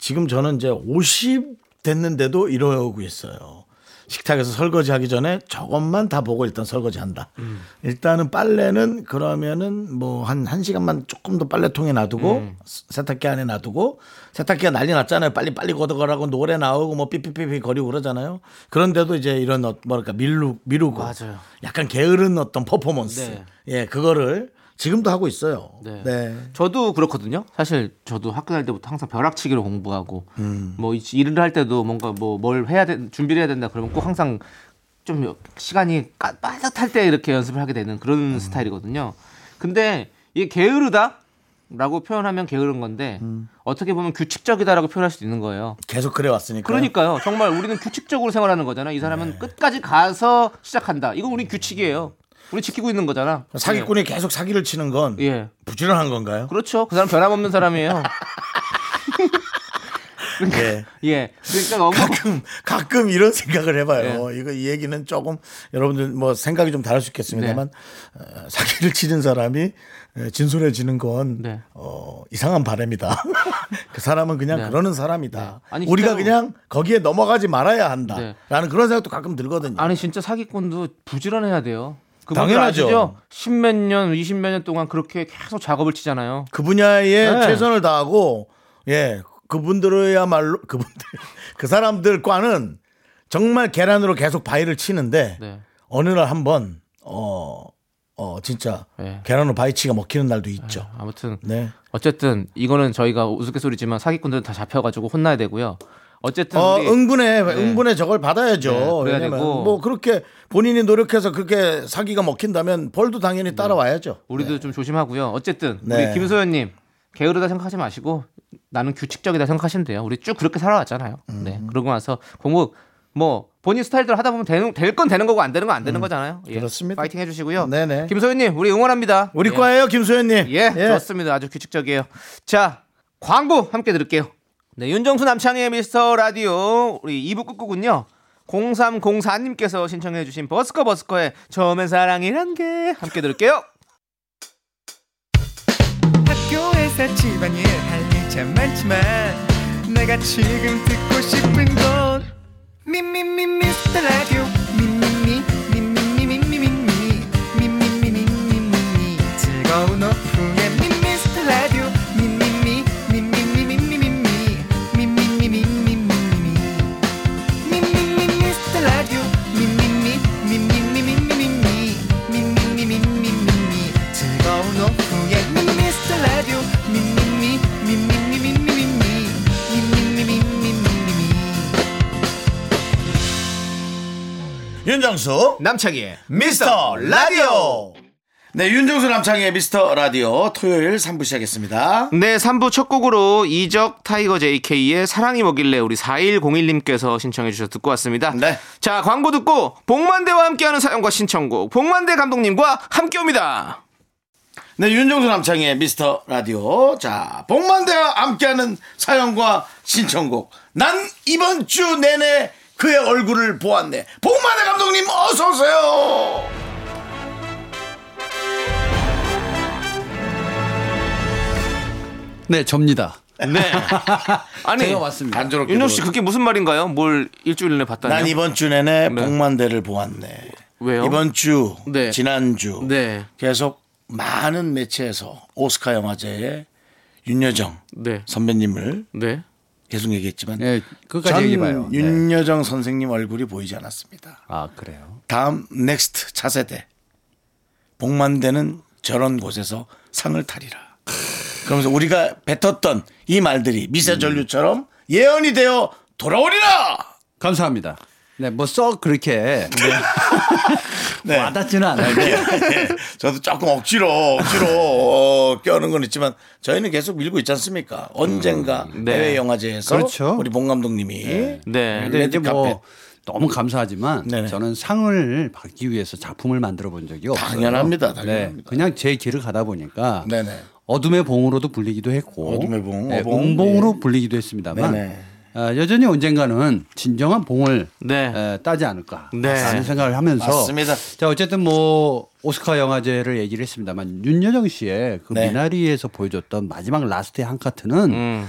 [SPEAKER 1] 지금 저는 이제 50 됐는데도 이러고 있어요. 식탁에서 설거지 하기 전에 저것만 다 보고 일단 설거지 한다.
[SPEAKER 2] 음.
[SPEAKER 1] 일단은 빨래는 그러면은 뭐 한 한시간만 조금 더 빨래통에 놔두고
[SPEAKER 2] 음.
[SPEAKER 1] 세- 세탁기 안에 놔두고 세탁기가 난리 났잖아요. 빨리빨리 걷어가라고 노래 나오고 뭐 삐삐삐삐 거리고 그러잖아요. 그런데도 이제 이런 어- 뭐랄까 밀루, 미루고
[SPEAKER 2] 맞아요.
[SPEAKER 1] 약간 게으른 어떤 퍼포먼스.
[SPEAKER 2] 네.
[SPEAKER 1] 예, 그거를 지금도 하고 있어요.
[SPEAKER 2] 네.
[SPEAKER 1] 네.
[SPEAKER 2] 저도 그렇거든요. 사실 저도 학교 다닐 때부터 항상 벼락치기로 공부하고
[SPEAKER 1] 음.
[SPEAKER 2] 뭐 이- 일을 할 때도 뭔가 뭐 뭘 해야 된 준비를 해야 된다 그러면 꼭 항상 좀 시간이 까-
[SPEAKER 1] 음.
[SPEAKER 2] 빠삭할 때 이렇게 연습을 하게 되는 그런 스타일이거든요. 근데 이게 게으르다 라고 표현하면 게으른 건데
[SPEAKER 1] 음.
[SPEAKER 2] 어떻게 보면 규칙적이다라고 표현할 수도 있는 거예요.
[SPEAKER 1] 계속 그래 왔으니까. 네.
[SPEAKER 2] 그러니까요. 정말 우리는 규칙적으로 생활하는 거잖아. 이 사람은 끝까지 가서 시작한다. 이거 우리 규칙이에요. 우리 지키고 있는 거잖아.
[SPEAKER 1] 사기꾼이 계속 사기를 치는 건
[SPEAKER 2] 예. 예.
[SPEAKER 1] 부지런한 건가요?
[SPEAKER 2] 그렇죠. 그 사람 변함없는 *laughs* 사람이에요. 그러니까,
[SPEAKER 1] 예.
[SPEAKER 2] 예. 그러니까 너무
[SPEAKER 1] 가끔 *laughs* 가끔 이런 생각을 해봐요.
[SPEAKER 2] 예.
[SPEAKER 1] 이거 이 얘기는 조금 여러분들 뭐 생각이 좀 다를 수 있겠습니다만
[SPEAKER 2] 네.
[SPEAKER 1] 어, 사기를 치는 사람이 에, 진솔해지는 건
[SPEAKER 2] 네.
[SPEAKER 1] 어, 이상한 바람이다. *laughs* 그 사람은 그냥
[SPEAKER 2] 네.
[SPEAKER 1] 그러는 사람이다.
[SPEAKER 2] 네. 아니,
[SPEAKER 1] 우리가
[SPEAKER 2] 진짜로-
[SPEAKER 1] 그냥 거기에 넘어가지 말아야 한다라는
[SPEAKER 2] 네.
[SPEAKER 1] 그런 생각도 가끔 들거든요.
[SPEAKER 2] 아니 진짜 사기꾼도 부지런해야 돼요.
[SPEAKER 1] 당연하죠.
[SPEAKER 2] 십몇 년, 이십몇 년 동안 그렇게 계속 작업을 치잖아요.
[SPEAKER 1] 그 분야에
[SPEAKER 2] 네.
[SPEAKER 1] 최선을 다하고 예 그분들이야말로 *laughs* 그분들 그 사람들과는 정말 계란으로 계속 바위를 치는데
[SPEAKER 2] 네.
[SPEAKER 1] 어느 날 한번 어, 어 진짜
[SPEAKER 2] 네.
[SPEAKER 1] 계란으로 바위치가 먹히는 날도 있죠.
[SPEAKER 2] 아무튼
[SPEAKER 1] 네.
[SPEAKER 2] 어쨌든 이거는 저희가 우스갯소리지만 사기꾼들은 다 잡혀가지고 혼나야 되고요. 어쨌든
[SPEAKER 1] 어,
[SPEAKER 2] 우리-
[SPEAKER 1] 응분에 응분에 저걸 받아야죠.
[SPEAKER 2] 네, 그래야
[SPEAKER 1] 왜냐면
[SPEAKER 2] 되고.
[SPEAKER 1] 뭐 그렇게 본인이 노력해서 그렇게 사기가 먹힌다면 벌도 당연히 따라와야죠.
[SPEAKER 2] 네. 우리도 좀 조심하고요. 어쨌든
[SPEAKER 1] 네.
[SPEAKER 2] 우리 김소연님 게으르다 생각하지 마시고 나는 규칙적이다 생각하시면 돼요. 우리 쭉 그렇게 살아왔잖아요.
[SPEAKER 1] 음.
[SPEAKER 2] 네. 그러고 나서 공부 뭐 본인 스타일대로 하다 보면 되는 될 건 되는 거고 안 되는 건 안 되는 거잖아요.
[SPEAKER 1] 음.
[SPEAKER 2] 예.
[SPEAKER 1] 그렇습니다.
[SPEAKER 2] 파이팅 해주시고요.
[SPEAKER 1] 네네.
[SPEAKER 2] 김소연님 우리 응원합니다.
[SPEAKER 1] 우리
[SPEAKER 2] 예.
[SPEAKER 1] 과예요, 김소연님.
[SPEAKER 2] 예, 좋습니다. 아주 규칙적이에요. 자, 광고 함께 들을게요. 네, 윤정수 남창희의 미스터 라디오 우리 2부 끝곡은요. 0304님께서 신청해 주신 버스커 버스커의 처음엔 사랑이란 게 함께 들을게요.
[SPEAKER 5] 학교에서 집안일 할 일 참 많지만 내가 지금 듣고 싶은 건 미미미 미스터 라디오 미미미 미미미 미미미 미미미 미미미 즐거운 오후에 미스터 라디오 미미미 미미미 미미미 미미미 미미미
[SPEAKER 4] 윤정수
[SPEAKER 2] 남창희의
[SPEAKER 4] 미스터 라디오
[SPEAKER 1] 네, 윤정수 남창의 미스터 라디오 토요일 3부 시작했습니다.
[SPEAKER 2] 네, 3부 첫 곡으로 이적 타이거 JK의 사랑이 뭐길래 우리 4101님께서 신청해 주셔서 듣고 왔습니다.
[SPEAKER 1] 네.
[SPEAKER 2] 자, 광고 듣고 복만대와 함께하는 사연과 신청곡 복만대 감독님과 함께 옵니다.
[SPEAKER 1] 네, 윤정수 남창의 미스터 라디오. 자, 복만대와 함께하는 사연과 신청곡. 난 이번 주 내내 그의 얼굴을 보았네. 복만대 감독님, 어서오세요!
[SPEAKER 6] 네, 접니다.
[SPEAKER 2] 네. 아니,
[SPEAKER 6] 제가 왔습니다.
[SPEAKER 1] 단조롭게
[SPEAKER 2] 윤정 씨 그게 무슨 말인가요? 뭘 일주일 내에 봤다니?
[SPEAKER 1] 난 이번 주 내내
[SPEAKER 2] 네.
[SPEAKER 1] 복만대를 보았네.
[SPEAKER 2] 왜요?
[SPEAKER 1] 이번 주,
[SPEAKER 2] 네.
[SPEAKER 1] 지난주.
[SPEAKER 2] 네.
[SPEAKER 1] 계속 많은 매체에서 오스카 영화제의 윤여정
[SPEAKER 2] 네.
[SPEAKER 1] 선배님을
[SPEAKER 2] 네.
[SPEAKER 1] 계속 얘기했지만
[SPEAKER 6] 네, 그까지
[SPEAKER 1] 전
[SPEAKER 6] 얘기해봐요. 네.
[SPEAKER 1] 윤여정 선생님 얼굴이 보이지 않았습니다.
[SPEAKER 6] 아, 그래요.
[SPEAKER 1] 다음 넥스트 차세대 복만대는 저런 곳에서 상을 타리라. 그러면서 우리가 뱉었던 이 말들이 미세전류처럼 예언이 되어 돌아오리라.
[SPEAKER 6] 감사합니다. 네, 뭐 썩 그렇게
[SPEAKER 1] *laughs* 네.
[SPEAKER 6] 와닿지는 않아요.
[SPEAKER 1] 예. 저도 조금 억지로 억지로 어, 껴는 건 있지만 저희는 계속 밀고 있지 않습니까? 언젠가
[SPEAKER 2] 네.
[SPEAKER 1] 해외 영화제에서
[SPEAKER 6] 음, 그렇죠.
[SPEAKER 1] 우리 봉 감독님이
[SPEAKER 2] 네.
[SPEAKER 6] 근데 이제
[SPEAKER 1] 카펫.
[SPEAKER 6] 뭐 너무 감사하지만
[SPEAKER 1] 네네.
[SPEAKER 6] 저는 상을 받기 위해서 작품을 만들어 본 적이 없어요.
[SPEAKER 1] 당연합니다,
[SPEAKER 6] 네,
[SPEAKER 1] 당연합니다.
[SPEAKER 6] 그냥 제 길을 가다 보니까
[SPEAKER 1] 네네.
[SPEAKER 6] 어둠의 봉으로도 불리기도 했고
[SPEAKER 1] 어둠의 봉,
[SPEAKER 6] 네,
[SPEAKER 1] 어봉.
[SPEAKER 6] 음봉으로 불리기도 했습니다만
[SPEAKER 1] 네네.
[SPEAKER 6] 아, 여전히 언젠가는 진정한 봉을
[SPEAKER 2] 네.
[SPEAKER 6] 에, 따지 않을까
[SPEAKER 2] 네.
[SPEAKER 6] 라는 생각을 하면서
[SPEAKER 1] 맞습니다.
[SPEAKER 6] 자 어쨌든 뭐 오스카 영화제를 얘기를 했습니다만 윤여정 씨의 그
[SPEAKER 1] 네.
[SPEAKER 6] 미나리에서 보여줬던 마지막 라스트의 한 카트는
[SPEAKER 2] 음.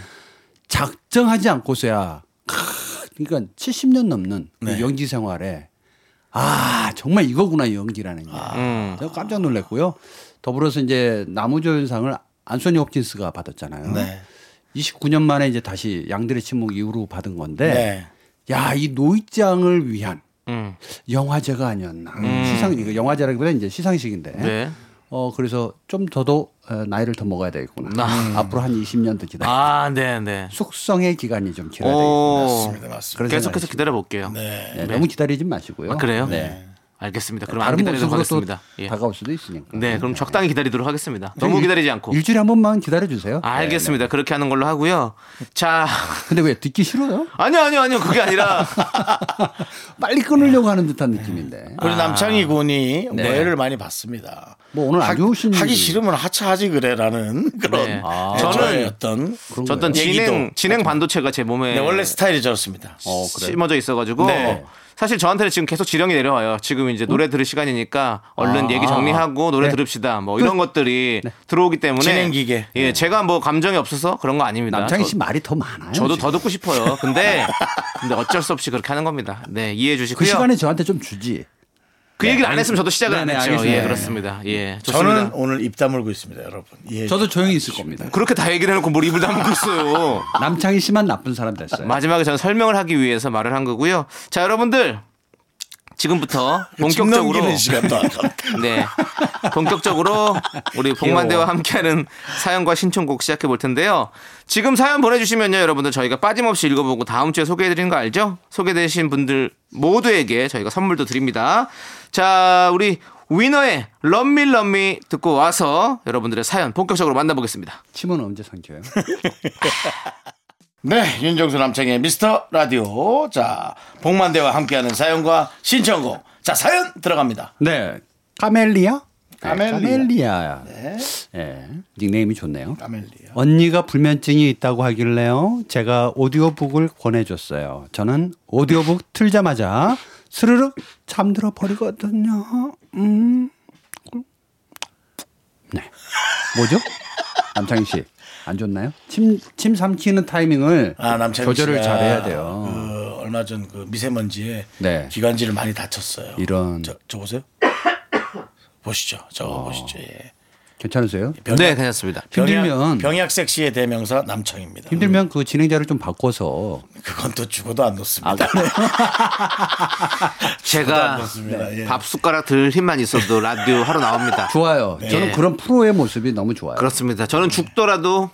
[SPEAKER 6] 작정하지 않고서야 크, 그러니까 70년 넘는 그
[SPEAKER 1] 네.
[SPEAKER 6] 연기 생활에 아 정말 이거구나 이 연기라는 게
[SPEAKER 2] 음.
[SPEAKER 6] 제가 깜짝 놀랐고요. 더불어서 이제 나무조연상을 안소니 홉킨스가 받았잖아요.
[SPEAKER 1] 네.
[SPEAKER 6] 29년 만에 이제 다시 양들의 침묵 이후로 받은 건데
[SPEAKER 1] 네.
[SPEAKER 6] 야 이 노이장을 위한
[SPEAKER 2] 음.
[SPEAKER 6] 영화제가 아니었나 시상 이거 영화제라기보다 이제 시상식인데
[SPEAKER 2] 네.
[SPEAKER 6] 어 그래서 좀 더도 어, 나이를 더 먹어야 되겠구나
[SPEAKER 2] 아.
[SPEAKER 6] 앞으로 한 20년 더 기다
[SPEAKER 2] 아, 네, 네.
[SPEAKER 6] 숙성의 기간이 좀 길어야 그렇죠. 되겠구나
[SPEAKER 2] 오.
[SPEAKER 1] 맞습니다.
[SPEAKER 6] 그런
[SPEAKER 2] 계속해서
[SPEAKER 6] 생각이
[SPEAKER 2] 기다려 볼게요.
[SPEAKER 1] 네.
[SPEAKER 6] 네, 너무 기다리지 마시고요.
[SPEAKER 2] 아, 그래요?
[SPEAKER 6] 네.
[SPEAKER 2] 알겠습니다. 그럼 안
[SPEAKER 6] 다른
[SPEAKER 2] 기다리도록
[SPEAKER 6] 모습으로 또
[SPEAKER 2] 하겠습니다. 예.
[SPEAKER 6] 다가올 수도 있으니까.
[SPEAKER 2] 네, 그럼 적당히 기다리도록 하겠습니다.
[SPEAKER 1] 음.
[SPEAKER 2] 너무 기다리지 않고.
[SPEAKER 6] 일주일에 한 번만 기다려 주세요.
[SPEAKER 2] 아, 알겠습니다.
[SPEAKER 6] 네.
[SPEAKER 2] 그렇게 하는 걸로 하고요. 자,
[SPEAKER 6] 근데 왜 듣기 싫어요? *laughs*
[SPEAKER 2] 아니요, 아니요, 아니요. 그게 아니라
[SPEAKER 6] 빨리 끊으려고 하는 듯한
[SPEAKER 2] 네.
[SPEAKER 6] 느낌인데.
[SPEAKER 2] 아,
[SPEAKER 1] 그리고 남창희 군이 오해를 많이 받습니다.
[SPEAKER 6] 뭐 오늘
[SPEAKER 1] 하-
[SPEAKER 6] 안 좋으신
[SPEAKER 1] 하기
[SPEAKER 6] 일이-
[SPEAKER 1] 싫으면 하차하지 그래라는 그런
[SPEAKER 2] 네. 아.
[SPEAKER 1] 저는 어떤
[SPEAKER 2] 저 어떤
[SPEAKER 1] 얘기도.
[SPEAKER 6] 그렇죠.
[SPEAKER 2] 진행 진행 반도체가 제 몸에
[SPEAKER 1] 네, 원래 스타일이 저렇습니다.
[SPEAKER 2] 심어져 있어가지고
[SPEAKER 1] 네.
[SPEAKER 2] 사실 저한테는 지금 계속 지령이 내려와요. 지금 이제 노래 들을 시간이니까 얼른
[SPEAKER 6] 아.
[SPEAKER 2] 얘기 정리하고
[SPEAKER 6] 네.
[SPEAKER 2] 노래 들읍시다. 뭐 이런 것들이 들어오기 때문에
[SPEAKER 1] 진행 기계.
[SPEAKER 2] 예, 제가 뭐 감정이 없어서 그런 거 아닙니다.
[SPEAKER 6] 네. 남창희
[SPEAKER 2] 저-
[SPEAKER 6] 씨뭐 말이 더 많아요.
[SPEAKER 2] 저도
[SPEAKER 6] 지금.
[SPEAKER 2] 더 듣고 싶어요.
[SPEAKER 6] *laughs*
[SPEAKER 2] 근데 근데 어쩔 수 없이 그렇게 하는 겁니다. 네 이해해 주시고요.
[SPEAKER 6] 그 시간에 저한테 좀 주지.
[SPEAKER 2] 그 얘기를 안 했으면 저도 시작을
[SPEAKER 6] 네네,
[SPEAKER 2] 안 했죠.
[SPEAKER 6] 알겠습니다.
[SPEAKER 2] 예 그렇습니다. 예 좋습니다.
[SPEAKER 1] 저는 오늘 입 다물고 있습니다, 여러분. 예.
[SPEAKER 6] 저도 조용히 있을 겁니다.
[SPEAKER 2] 그렇게 다 얘기를 해놓고 뭘 입을 다물고
[SPEAKER 6] *laughs*
[SPEAKER 2] 있어요.
[SPEAKER 6] 남창희 씨만 나쁜 사람
[SPEAKER 1] 네.
[SPEAKER 6] 됐어요.
[SPEAKER 2] 마지막에 저는 설명을 하기 위해서 말을 한 거고요. 자 여러분들
[SPEAKER 1] *laughs*
[SPEAKER 2] 지금부터 본격적으로
[SPEAKER 1] 는 시간도
[SPEAKER 2] *laughs*
[SPEAKER 1] 아깝다.
[SPEAKER 2] 네. 본격적으로 우리 복만대와 함께하는 사연과 신청곡 시작해 볼 텐데요. 지금 사연 보내주시면요, 여러분들 저희가 빠짐없이 읽어보고 다음 주에 소개해드리는 거 알죠? 소개되신 분들 모두에게 저희가 선물도 드립니다. 자, 우리 위너의 럼미 럼미 듣고 와서 여러분들의 사연 본격적으로 만나보겠습니다.
[SPEAKER 6] 침은 언제 삼켜요?
[SPEAKER 1] 네, 윤정수 남창의 미스터 라디오. 자, 복만대와 함께하는 사연과 신청곡. 자, 사연 들어갑니다.
[SPEAKER 6] 네. 카멜리아?
[SPEAKER 1] 카멜리아.
[SPEAKER 6] 카멜리아. 네. 닉네임이 좋네요.
[SPEAKER 1] 아멜리아.
[SPEAKER 6] 언니가 불면증이 있다고 하길래요. 제가 오디오북을 권해줬어요. 저는 오디오북 틀자마자 스르륵 잠들어 버리거든요. 음. 네. 뭐죠? 남창희 씨. 안 좋나요? 침, 침 삼키는 타이밍을
[SPEAKER 1] 아, 남창희
[SPEAKER 6] 조절을
[SPEAKER 1] 씨가
[SPEAKER 6] 잘해야 돼요.
[SPEAKER 1] 그 얼마 전 그 미세먼지에
[SPEAKER 6] 네.
[SPEAKER 1] 기관지를 많이 다쳤어요.
[SPEAKER 6] 이런.
[SPEAKER 1] 저, 저
[SPEAKER 2] *coughs*
[SPEAKER 1] 보세요. 보시죠. 저거
[SPEAKER 2] 어.
[SPEAKER 1] 보시죠. 예.
[SPEAKER 6] 괜찮으세요?
[SPEAKER 2] 네, 괜찮습니다.
[SPEAKER 6] 힘들면-
[SPEAKER 1] 병약 섹시의 대명사 남청입니다.
[SPEAKER 6] 힘들면 그 진행자를 좀 바꿔서
[SPEAKER 1] 그건 또 죽어도 안 놓습니다.
[SPEAKER 6] 아,
[SPEAKER 1] 네, 안
[SPEAKER 2] 제가
[SPEAKER 1] 놓습니다.
[SPEAKER 6] 네.
[SPEAKER 1] 예.
[SPEAKER 2] 밥 숟가락 들 힘만 있어도 라디오 하러 나옵니다.
[SPEAKER 6] 좋아요.
[SPEAKER 1] 네.
[SPEAKER 6] 저는 그런 프로의 모습이 너무 좋아요.
[SPEAKER 2] 그렇습니다. 저는 죽더라도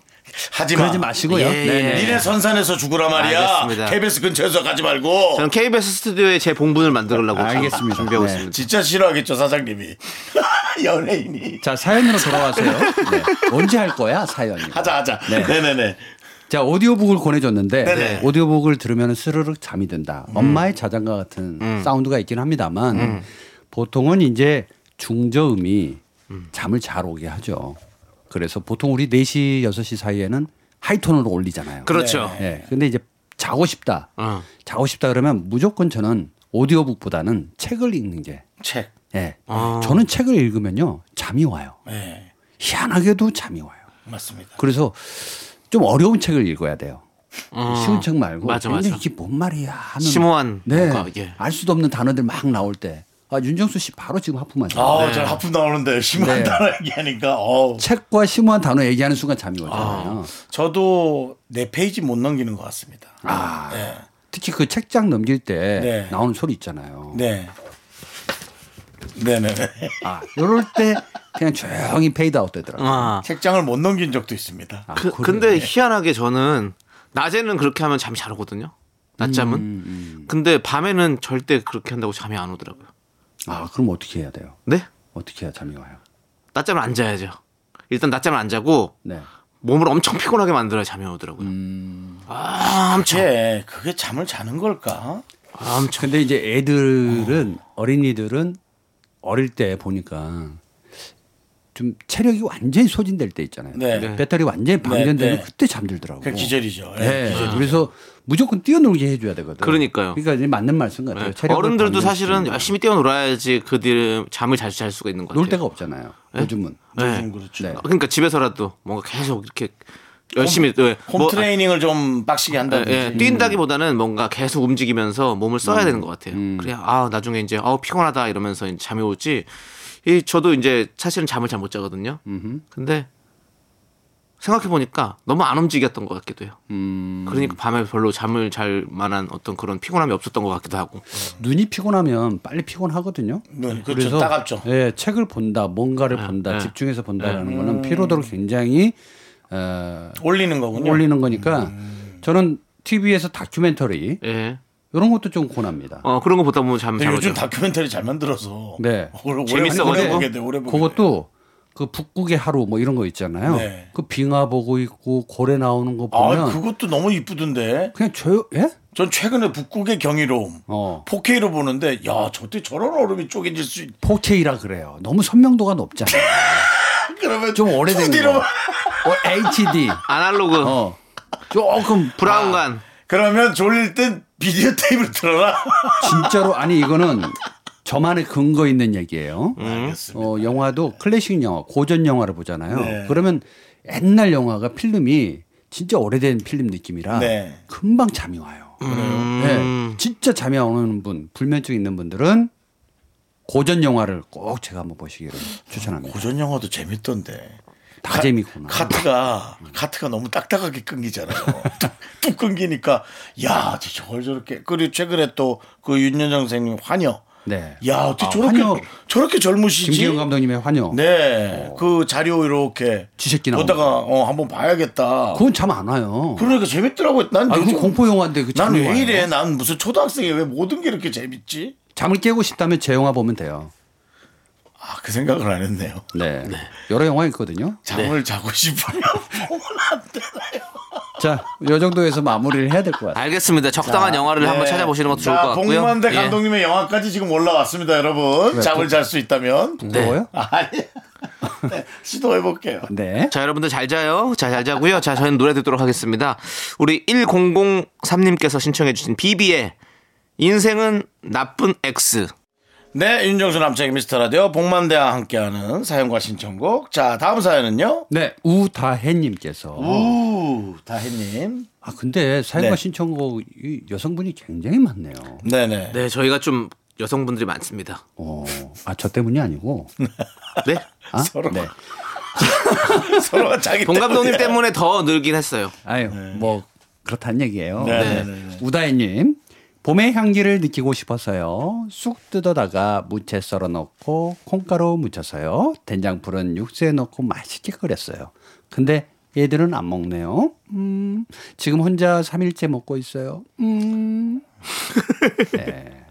[SPEAKER 1] 하지 마.
[SPEAKER 6] 그러지 마시고요.
[SPEAKER 2] 예,
[SPEAKER 6] 네, 네.
[SPEAKER 1] 니네 선산에서 죽으라 말이야.
[SPEAKER 2] 알겠습니다.
[SPEAKER 1] KBS 근처에서 가지 말고.
[SPEAKER 2] 저는 KBS 스튜디오에 제 봉분을 만들려고
[SPEAKER 6] 알겠습니다.
[SPEAKER 2] 준비하고
[SPEAKER 6] 네.
[SPEAKER 2] 있습니다.
[SPEAKER 1] 진짜 싫어하겠죠 사장님이. 연예인이.
[SPEAKER 6] 자 사연으로 돌아와세요. 네. 언제 할 거야 사연이?
[SPEAKER 1] 하자 하자.
[SPEAKER 6] 네.
[SPEAKER 1] 네. 네네
[SPEAKER 6] 자 오디오북을 권해줬는데
[SPEAKER 1] 네네. 음.
[SPEAKER 6] 오디오북을 들으면 스르륵 잠이 든다. 엄마의 자장가 같은 사운드가 있긴 합니다만 보통은 이제 중저음이 잠을 잘 오게 하죠. 그래서 보통 우리 4시 6시 사이에는 하이톤으로 올리잖아요.
[SPEAKER 2] 그렇죠.
[SPEAKER 6] 예. 근데 이제 자고 싶다.
[SPEAKER 2] 어.
[SPEAKER 6] 자고 싶다 그러면 무조건 저는 오디오북보다는 책을 읽는 게
[SPEAKER 1] 책.
[SPEAKER 6] 예.
[SPEAKER 2] 아.
[SPEAKER 6] 저는 책을 읽으면요. 잠이 와요.
[SPEAKER 2] 예.
[SPEAKER 1] 네.
[SPEAKER 6] 희한하게도 잠이 와요.
[SPEAKER 1] 맞습니다.
[SPEAKER 6] 그래서 좀 어려운 책을 읽어야 돼요. 쉬운 책 말고
[SPEAKER 2] 아. 맞아,
[SPEAKER 6] 근데
[SPEAKER 2] 맞아.
[SPEAKER 6] 이게 뭔 말이야 하는
[SPEAKER 2] 심오한
[SPEAKER 6] 네.
[SPEAKER 2] 뭔가, 예.
[SPEAKER 6] 알 수도 없는 단어들 막 나올 때. 아, 윤정수 씨 바로 지금 하품하죠.
[SPEAKER 1] 아, 저 하품 나오는데 심한
[SPEAKER 6] 네.
[SPEAKER 1] 단어 얘기하니까. 어우.
[SPEAKER 6] 책과 심오한 단어 얘기하는 순간 잠이 오잖아요.
[SPEAKER 1] 저도 네 페이지 못 넘기는 것 같습니다.
[SPEAKER 6] 아.
[SPEAKER 1] 네.
[SPEAKER 6] 특히 그 책장 넘길 때
[SPEAKER 1] 네.
[SPEAKER 6] 나오는 소리 있잖아요.
[SPEAKER 1] 네. 네네.
[SPEAKER 6] 아, 요럴 때
[SPEAKER 2] *laughs*
[SPEAKER 6] 그냥 조용히 페이드아웃 되더라고요.
[SPEAKER 2] 아.
[SPEAKER 1] 책장을 못 넘긴 적도 있습니다.
[SPEAKER 6] 아.
[SPEAKER 2] 그, 근데 희한하게 저는 낮에는 그렇게 하면 잠이 잘 오거든요. 낮잠은.
[SPEAKER 6] 음,
[SPEAKER 2] 근데 밤에는 절대 그렇게 한다고 잠이 안 오더라고요.
[SPEAKER 6] 아, 그럼 어떻게 해야 돼요?
[SPEAKER 2] 네?
[SPEAKER 6] 어떻게 해야 잠이 와요?
[SPEAKER 2] 낮잠을 안 자야죠. 일단 낮잠을 안 자고
[SPEAKER 6] 네.
[SPEAKER 2] 몸을 엄청 피곤하게 만들어야 잠이 오더라고요.
[SPEAKER 6] 음.
[SPEAKER 2] 아, 엄청.
[SPEAKER 1] 쟤 그게 잠을 자는 걸까?
[SPEAKER 2] 아, 엄청.
[SPEAKER 6] 근데 이제 애들은 어린이들은 어릴 때 보니까 좀 체력이 완전히 소진될 때 있잖아요.
[SPEAKER 1] 네. 네.
[SPEAKER 6] 배터리 완전히 방전되면
[SPEAKER 1] 네.
[SPEAKER 6] 그때 잠들더라고.
[SPEAKER 1] 그 기절이죠. 예,
[SPEAKER 6] 네.
[SPEAKER 1] 기절.
[SPEAKER 6] 그래서 무조건 뛰어놀게 해줘야 되거든.
[SPEAKER 2] 그러니까요.
[SPEAKER 6] 그러니까 이제 맞는 말씀 같아요.
[SPEAKER 2] 네.
[SPEAKER 6] 체력을
[SPEAKER 2] 어른들도 사실은 아,
[SPEAKER 6] 방전시키는
[SPEAKER 2] 열심히 뛰어놀아야지 그들 잠을 잘 잘 수가 있는 것
[SPEAKER 6] 거.
[SPEAKER 2] 같아요.
[SPEAKER 6] 놀 데가 없잖아요. 요즘은.
[SPEAKER 2] 네.
[SPEAKER 1] 좀 그렇죠.
[SPEAKER 6] 네.
[SPEAKER 2] 그러니까 집에서라도 뭔가 계속 이렇게 열심히 네.
[SPEAKER 1] 홈
[SPEAKER 2] 뭐-
[SPEAKER 1] 트레이닝을 좀
[SPEAKER 6] 아,
[SPEAKER 1] 빡시게 한다든지.
[SPEAKER 2] 예, 예, 뛴다기보다는 뭔가 계속 움직이면서 몸을 써야 되는 것 같아요. 그래야 아 나중에 이제 아우 피곤하다 이러면서 이제 잠이 오지. 이 저도 이제 사실은 잠을 잘 못 자거든요. 근데 생각해 보니까 너무 안 움직였던 것 같기도 해요. 그러니까 밤에 별로 잠을 잘 만한 어떤 그런 피곤함이 없었던 것 같기도 하고.
[SPEAKER 6] 눈이 피곤하면 빨리 피곤하거든요.
[SPEAKER 1] 눈, 그렇죠. 따갑죠.
[SPEAKER 6] 예, 책을 본다, 뭔가를 본다,
[SPEAKER 2] 예.
[SPEAKER 6] 집중해서 본다라는 거는 피로도를 굉장히 어,
[SPEAKER 1] 올리는 거군요.
[SPEAKER 6] 올리는 거니까 저는 TV에서 다큐멘터리
[SPEAKER 2] 예.
[SPEAKER 6] 이런 것도 좀 고납니다.
[SPEAKER 2] 어 그런 거 보다 보면 잠
[SPEAKER 1] 근데
[SPEAKER 2] 잘
[SPEAKER 1] 요즘
[SPEAKER 2] 오죠.
[SPEAKER 1] 다큐멘터리 잘 만들어서
[SPEAKER 6] 음, 네.
[SPEAKER 1] 오래- 오래-
[SPEAKER 2] 재밌어가지고.
[SPEAKER 1] 오래 보게 돼, 오래 보게 돼.
[SPEAKER 6] 그것도 그 북극의 하루 뭐 이런 거 있잖아요.
[SPEAKER 1] 네.
[SPEAKER 6] 그 빙하 보고 있고 고래 나오는 거
[SPEAKER 1] 아
[SPEAKER 6] 보면
[SPEAKER 1] 그것도 너무 이쁘던데
[SPEAKER 6] 그냥 조 예?
[SPEAKER 1] 전 최근에 북극의 경이로움
[SPEAKER 6] 어.
[SPEAKER 1] 4K로 보는데 야 저때 저런 얼음이 쪼개질 수 있...
[SPEAKER 6] 4K라 그래요. 너무 선명도가
[SPEAKER 1] *laughs*
[SPEAKER 6] 높잖아요.
[SPEAKER 1] 그러면
[SPEAKER 6] 좀 오래된
[SPEAKER 1] 2D
[SPEAKER 6] 거.
[SPEAKER 1] 로
[SPEAKER 6] 어, HD.
[SPEAKER 2] 아날로그
[SPEAKER 6] 어. 조금
[SPEAKER 2] 브라운관
[SPEAKER 1] 그러면 졸릴 땐 비디오 테이프를 틀어라
[SPEAKER 6] 진짜로 아니 이거는 저만의 근거 있는 얘기예요.
[SPEAKER 1] 알겠습니다
[SPEAKER 6] 어, 영화도 클래식 영화, 고전 영화를 보잖아요.
[SPEAKER 1] 네.
[SPEAKER 6] 그러면 옛날 영화가 필름이 진짜 오래된 필름 느낌이라
[SPEAKER 1] 네.
[SPEAKER 6] 금방 잠이 와요. 네. 진짜 잠이 안 오는 분, 불면증 있는 분들은 고전 영화를 꼭 제가 한번 보시기를 추천합니다.
[SPEAKER 1] 고전 영화도 재밌던데
[SPEAKER 6] 다 재밌구나.
[SPEAKER 1] 카트가 카트가 너무 딱딱하게 끊기잖아요. 뚝, 뚝 끊기니까 야 어떻게 저걸 저렇게 그리고 최근에 또 그 윤여정 선생님 환여
[SPEAKER 6] 네.
[SPEAKER 1] 야 어떻게
[SPEAKER 6] 아,
[SPEAKER 1] 저렇게
[SPEAKER 6] 환여.
[SPEAKER 1] 저렇게 젊으시지?
[SPEAKER 6] 김기현 감독님의 환영.
[SPEAKER 1] 네, 그 자료 이렇게
[SPEAKER 6] 지새끼 나오는
[SPEAKER 1] 보다가 어 한번 봐야겠다.
[SPEAKER 6] 그건 잠 안 와요.
[SPEAKER 1] 그러니까 재밌더라고. 난
[SPEAKER 6] 아, 그
[SPEAKER 1] 요즘
[SPEAKER 6] 공포 영화인데 그 잠이
[SPEAKER 1] 난왜
[SPEAKER 6] 와요.
[SPEAKER 1] 이래? 난 무슨 초등학생이 왜 모든 게 이렇게 재밌지?
[SPEAKER 6] 잠을 깨고 싶다면 제 영화 보면 돼요.
[SPEAKER 1] 아 그 생각을 안 했네요. 네.
[SPEAKER 6] 네. 여러 영화 있거든요.
[SPEAKER 1] 잠을 자고 *laughs* 싶으면 보면 안 되나요?
[SPEAKER 6] 자, 요 정도에서 마무리를 해야 될 것 같아요.
[SPEAKER 2] 알겠습니다. 적당한 영화를 한번 찾아보시는 것도 좋을
[SPEAKER 1] 네. 자,
[SPEAKER 2] 것 같고요.
[SPEAKER 1] 복만대
[SPEAKER 2] 네. 예. 네,
[SPEAKER 1] 감독님의 영화까지 지금 올라왔습니다, 여러분. 잠을 잘 수 있다면.
[SPEAKER 6] 부러워요?
[SPEAKER 1] *laughs* 아니. 네, 시도해볼게요.
[SPEAKER 6] 네.
[SPEAKER 2] 자, 여러분들 잘 자요. 자, 잘 자고요. 자, 저희는 노래 듣도록 하겠습니다. 우리 1003님께서 신청해주신 비비의 인생은 나쁜 X.
[SPEAKER 1] 네, 윤정수 남창의 미스터 라디오 복만대와 함께하는 사연과 신청곡. 자, 다음 사연은요.
[SPEAKER 6] 네. 우다혜님께서.
[SPEAKER 2] 어.
[SPEAKER 1] 우, 다혜님.
[SPEAKER 6] 아, 근데 사연과
[SPEAKER 1] 음. 네.
[SPEAKER 6] 신청곡 이 여성분이 굉장히 많네요.
[SPEAKER 1] 네네.
[SPEAKER 2] 네, 저희가 좀 여성분들이 많습니다.
[SPEAKER 6] 어, 아, 저
[SPEAKER 1] *laughs*
[SPEAKER 6] 때문이 아니고.
[SPEAKER 2] 네?
[SPEAKER 6] 아?
[SPEAKER 1] 서로.
[SPEAKER 6] 네.
[SPEAKER 1] 서로가 자기
[SPEAKER 2] 본 감독님 때문에 더 늘긴 했어요.
[SPEAKER 6] 아유, 뭐, 그렇다는 얘기예요.
[SPEAKER 1] 네.
[SPEAKER 6] 우다혜님. 봄의 향기를 느끼고 싶어서요. 쑥 뜯어다가 무채 썰어 넣고 콩가루 묻혀서요. 된장 풀은 육수에 넣고 맛있게 끓였어요. 근데 얘들은 안 먹네요. 음, 지금 혼자 3일째 먹고 있어요.
[SPEAKER 1] *laughs*
[SPEAKER 6] 음. 네.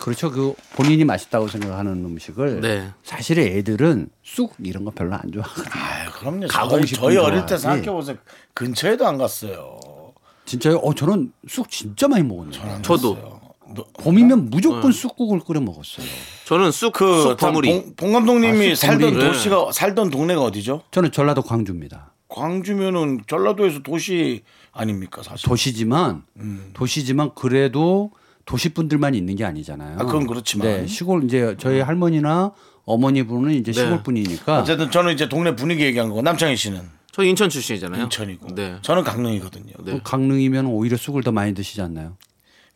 [SPEAKER 6] 그렇죠. 그 본인이 맛있다고 생각하는 음식을
[SPEAKER 2] 네.
[SPEAKER 6] 사실 애들은 쑥 이런 거 별로 안 좋아하거든요.
[SPEAKER 1] 아유, 그럼요.
[SPEAKER 6] 가공
[SPEAKER 1] 저희, 저희
[SPEAKER 6] 식품
[SPEAKER 1] 어릴 때
[SPEAKER 6] 좋아하지.
[SPEAKER 1] 생각해보세요. 근처에도 안 갔어요.
[SPEAKER 6] 진짜요? 어, 저는 쑥 진짜 많이 먹었네요.
[SPEAKER 2] 저도.
[SPEAKER 1] 너- 네.
[SPEAKER 6] 봄이면 무조건 쑥국을 끓여 먹었어요.
[SPEAKER 2] 저는 쑥,
[SPEAKER 1] 그,
[SPEAKER 2] 쑥 버무리.
[SPEAKER 1] 봉, 봉 감독님이
[SPEAKER 6] 아, 쑥 버무리.
[SPEAKER 1] 살던 도시가, 살던 동네가 어디죠?
[SPEAKER 6] 저는 전라도 광주입니다.
[SPEAKER 1] 광주면은 전라도에서 도시 아닙니까 사실.
[SPEAKER 6] 도시지만
[SPEAKER 1] 음.
[SPEAKER 6] 도시지만 그래도 도시 분들만 있는 게 아니잖아요.
[SPEAKER 1] 아, 그건 그렇지만. 음.
[SPEAKER 6] 네, 시골 이제 저희 할머니나 어머니 분은 이제 시골 분이니까
[SPEAKER 1] 네. 어쨌든 저는 이제 동네 분위기 얘기한 거고 남창희 씨는
[SPEAKER 2] 저는 인천 출신이잖아요.
[SPEAKER 1] 인천이고
[SPEAKER 2] 네.
[SPEAKER 1] 저는 강릉이거든요.
[SPEAKER 6] 그 강릉이면 오히려 쑥을 더 많이 드시지 않나요?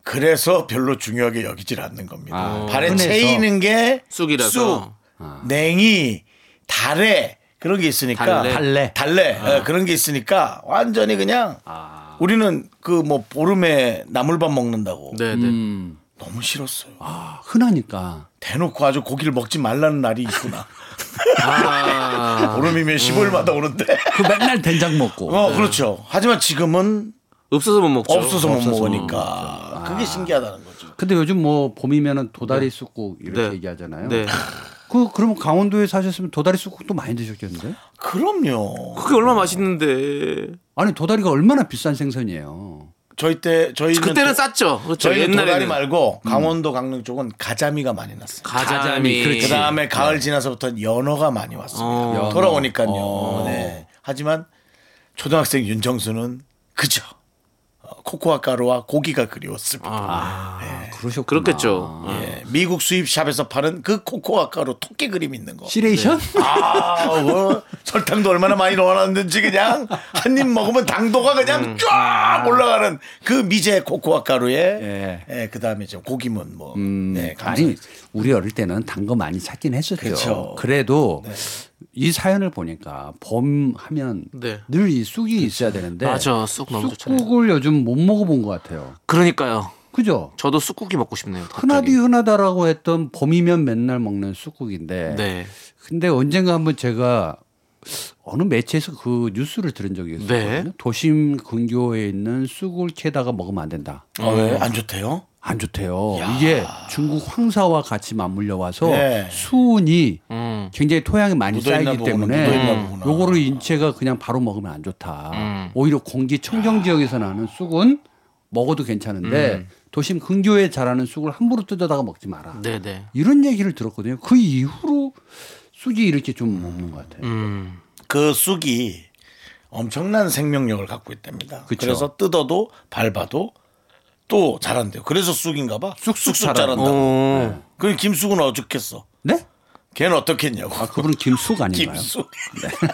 [SPEAKER 1] 그래서 별로 중요하게 여기질 않는 겁니다.
[SPEAKER 6] 아,
[SPEAKER 1] 발에
[SPEAKER 6] 흔해서.
[SPEAKER 1] 채이는 게
[SPEAKER 2] 쑥이라서. 아.
[SPEAKER 1] 쑥, 냉이, 달래 그런 게 있으니까
[SPEAKER 2] 달래. 아.
[SPEAKER 6] 달래.
[SPEAKER 1] 달래 예, 그런 게 있으니까 완전히 그냥 우리는 그 뭐 보름에 나물밥 먹는다고
[SPEAKER 2] 네, 네.
[SPEAKER 1] 너무 싫었어요.
[SPEAKER 6] 아, 흔하니까
[SPEAKER 1] 대놓고 아주 고기를 먹지 말라는 날이 있구나.
[SPEAKER 2] 아,
[SPEAKER 1] 보름이면 15일마다 오는데.
[SPEAKER 6] 그 맨날 된장 먹고
[SPEAKER 1] 어, 그렇죠. 하지만 지금은
[SPEAKER 2] 없어서 못 먹죠.
[SPEAKER 7] 그렇죠.
[SPEAKER 1] 없어서 못 먹으니까 그게 신기하다는 거죠.
[SPEAKER 6] 근데 요즘 뭐 봄이면은 도다리 쑥국 이렇게
[SPEAKER 2] 네.
[SPEAKER 6] 얘기하잖아요.
[SPEAKER 2] 네.
[SPEAKER 6] 그 그러면 강원도에 사셨으면 도다리 쑥국도 많이 드셨겠는데?
[SPEAKER 1] 그럼요.
[SPEAKER 2] 그게 얼마나 맛있는데.
[SPEAKER 6] 아니 도다리가 얼마나 비싼 생선이에요.
[SPEAKER 1] 저희 때 저희는
[SPEAKER 2] 그때는
[SPEAKER 1] 도-
[SPEAKER 2] 쌌죠. 그렇죠.
[SPEAKER 1] 저희는 도다리
[SPEAKER 2] 옛날에는.
[SPEAKER 1] 말고 강원도 강릉 쪽은 가자미가 많이 났어요.
[SPEAKER 2] 가자미. 아,
[SPEAKER 6] 그렇지.
[SPEAKER 1] 그다음에 가을 지나서부터 연어가 많이 왔습니다.
[SPEAKER 6] 연어.
[SPEAKER 1] 돌아오니까요.
[SPEAKER 6] 어.
[SPEAKER 1] 네. 하지만 초등학생 윤정수는 그죠. 어, 코코아 가루와 고기가 그리웠습니다.
[SPEAKER 6] 아, 그러셨구나.
[SPEAKER 2] 그렇겠죠.
[SPEAKER 1] 예, 미국 수입샵에서 파는 그 코코아 가루 토끼 그림 있는 거.
[SPEAKER 6] 시레이션?
[SPEAKER 1] 아, 뭐, 설탕도 얼마나 많이 넣어놨는지 그냥 한 입 먹으면 당도가
[SPEAKER 6] 음.
[SPEAKER 1] 그냥 쫙 올라가는 그 미제 코코아 가루에
[SPEAKER 6] 예.
[SPEAKER 1] 예, 그 다음에 좀 고기문 뭐 네, 감사.
[SPEAKER 6] 아니 우리 어릴 때는 단 거 많이 찾긴 했었죠.
[SPEAKER 2] 그렇죠.
[SPEAKER 1] 그쵸.
[SPEAKER 6] 그래도
[SPEAKER 2] 네.
[SPEAKER 6] 이 사연을 보니까 봄 하면
[SPEAKER 2] 네.
[SPEAKER 6] 늘 이 쑥이 있어야 되는데
[SPEAKER 2] 맞아, 쑥 너무 좋잖아요.
[SPEAKER 6] 쑥국을 요즘 못 먹어본 것 같아요.
[SPEAKER 2] 그러니까요.
[SPEAKER 6] 그죠?
[SPEAKER 2] 저도 쑥국이 먹고 싶네요. 갑자기.
[SPEAKER 6] 흔하디 흔하다라고 했던 봄이면 맨날 먹는 쑥국인데
[SPEAKER 2] 네.
[SPEAKER 6] 근데 언젠가 한번 제가 어느 매체에서 그 뉴스를 들은 적이 있어요.
[SPEAKER 8] 네.
[SPEAKER 6] 도심 근교에 있는 쑥을 캐다가 먹으면 안 된다.
[SPEAKER 1] 아, 왜? 안 좋대요?
[SPEAKER 6] 안 좋대요. 이게 중국 황사와 같이 맞물려 와서
[SPEAKER 1] 네.
[SPEAKER 6] 수은이
[SPEAKER 2] 음.
[SPEAKER 6] 굉장히 토양에 많이
[SPEAKER 1] 묻어있나
[SPEAKER 6] 쌓이기
[SPEAKER 1] 보구나, 묻어있나
[SPEAKER 6] 때문에
[SPEAKER 1] 보구나. 음.
[SPEAKER 6] 요거를 인체가 그냥 바로 먹으면 안 좋다. 오히려 공기
[SPEAKER 1] 아.
[SPEAKER 6] 청정 지역에서 나는 쑥은 먹어도 괜찮은데
[SPEAKER 1] 음.
[SPEAKER 6] 도심 근교에 자라는 쑥을 함부로 뜯어다가 먹지 마라.
[SPEAKER 8] 네네.
[SPEAKER 6] 이런 얘기를 들었거든요. 그 이후로 쑥이 이렇게 좀 먹는 것 같아요.
[SPEAKER 8] 음.
[SPEAKER 1] 그 쑥이 엄청난 생명력을 갖고 있답니다. 그
[SPEAKER 6] 그쵸.
[SPEAKER 1] 래서 뜯어도 밟아도 또 자란대요. 그래서 쑥인가 봐. 쑥쑥 자란다.
[SPEAKER 8] 어.
[SPEAKER 1] 그 김쑥은 어죽겠어.
[SPEAKER 6] 네?
[SPEAKER 1] 걔는 어떻겠냐고.
[SPEAKER 6] 아 그분은 김쑥 아닌가요?
[SPEAKER 1] 김쑥.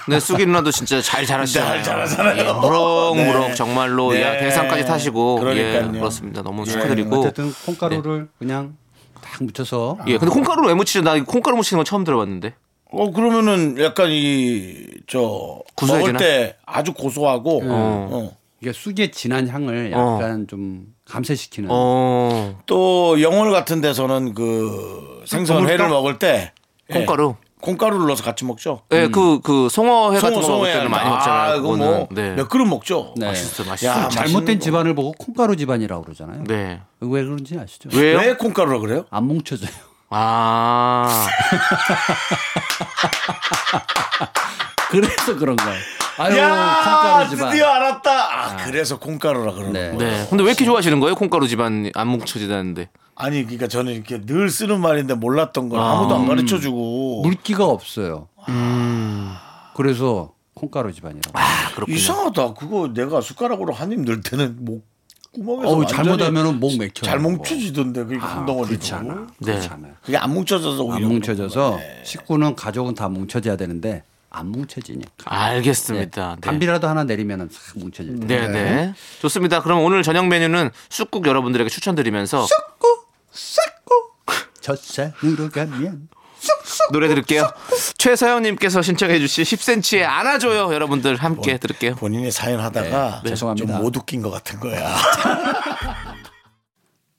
[SPEAKER 8] 네, 쑥이 누나도 진짜 잘
[SPEAKER 1] 네, 잘
[SPEAKER 8] 자랐잖아요.
[SPEAKER 1] 자라잖아요.
[SPEAKER 8] 예, 무럭무럭
[SPEAKER 1] 네.
[SPEAKER 8] 정말로
[SPEAKER 1] 네.
[SPEAKER 8] 야, 대상까지 타시고
[SPEAKER 1] 그러니까요.
[SPEAKER 8] 예, 그렇습니다. 너무
[SPEAKER 1] 예,
[SPEAKER 8] 축하드리고.
[SPEAKER 6] 어쨌든 콩가루를 그냥 딱 묻혀서
[SPEAKER 1] 아.
[SPEAKER 8] 예, 근데 콩가루 왜 묻히죠? 나 이거 콩가루 묻히는 건 처음 들어봤는데.
[SPEAKER 1] 어 그러면은 약간 이 저 먹을
[SPEAKER 8] 구수해지나? 음.
[SPEAKER 1] 때 아주 고소하고 어.
[SPEAKER 6] 이게 쑥의 진한 향을 약간 좀 감쇄시키는 네.
[SPEAKER 8] 어,
[SPEAKER 1] 또 영월 같은 데서는 그 생선 회를 먹을 때 예,
[SPEAKER 8] 네. 콩가루.
[SPEAKER 1] 콩가루를 넣어서 같이 먹죠.
[SPEAKER 8] 예, 그, 그, 송어회 같은 거 먹을 때는
[SPEAKER 1] 할
[SPEAKER 8] 많이
[SPEAKER 1] 때.
[SPEAKER 8] 먹잖아요.
[SPEAKER 1] 아, 그거
[SPEAKER 8] 그거는.
[SPEAKER 1] 뭐
[SPEAKER 8] 네.
[SPEAKER 1] 몇 그릇 먹죠.
[SPEAKER 6] 네.
[SPEAKER 8] 맛있어, 맛있어.
[SPEAKER 1] 야,
[SPEAKER 6] 잘못된
[SPEAKER 1] 맛있는 거.
[SPEAKER 6] 집안을 보고 콩가루 집안이라고 그러잖아요.
[SPEAKER 8] 네.
[SPEAKER 6] 왜 그런지 아시죠?
[SPEAKER 8] 왜요?
[SPEAKER 1] 왜 콩가루라 그래요?
[SPEAKER 6] 안 뭉쳐져요. *laughs*
[SPEAKER 8] 아.
[SPEAKER 6] 그래서 그런 거예요. 아유
[SPEAKER 1] 야,
[SPEAKER 6] 콩가루 집안.
[SPEAKER 1] 드디어 알았다. 아, 그래서 콩가루라 그러는
[SPEAKER 6] 네.
[SPEAKER 1] 거예요.
[SPEAKER 8] 네. 근데 왜 이렇게 좋아하시는 거예요? 콩가루 집안 안 뭉쳐지다는데.
[SPEAKER 1] 아니, 그러니까 저는 이렇게 늘 쓰는 말인데 몰랐던 걸 아, 무도안
[SPEAKER 8] 음.
[SPEAKER 1] 가르쳐 주고
[SPEAKER 6] 물기가 없어요.
[SPEAKER 8] 음.
[SPEAKER 6] 그래서 콩가루 집안이라고.
[SPEAKER 8] 아, 그렇군요.
[SPEAKER 1] 이상하다. 그거 내가 숟가락으로 한 입 넣을 때는 목 구멍에서
[SPEAKER 6] 어우
[SPEAKER 1] 완전히
[SPEAKER 6] 잘못하면 목 맥혀.
[SPEAKER 1] 잘 뭉쳐지던데 그게 한 덩어리
[SPEAKER 6] 그렇지 않아.
[SPEAKER 8] 네.
[SPEAKER 6] 그렇지 않아요.
[SPEAKER 1] 그게 안 뭉쳐져서
[SPEAKER 6] 안
[SPEAKER 1] 오히려 네.
[SPEAKER 6] 뭉쳐져서 식구는 가족은 다 뭉쳐져야 되는데 안 뭉쳐지니까.
[SPEAKER 8] 알겠습니다. 네.
[SPEAKER 6] 담비라도 하나 내리면은 싹 뭉쳐질 텐데.
[SPEAKER 8] 네, 네. 좋습니다. 그럼 오늘 저녁 메뉴는 쑥국 여러분들에게 추천드리면서
[SPEAKER 6] 젖산으로 가면
[SPEAKER 8] 노래 들을게요. 최서영님께서 신청해주신 10cm의 안아줘요. 여러분들 함께 들을게요.
[SPEAKER 1] 본인이 사연 하다가
[SPEAKER 6] 네, 죄송합니다. 아,
[SPEAKER 1] 좀 못 웃긴 것 같은
[SPEAKER 6] *laughs*
[SPEAKER 1] 거야.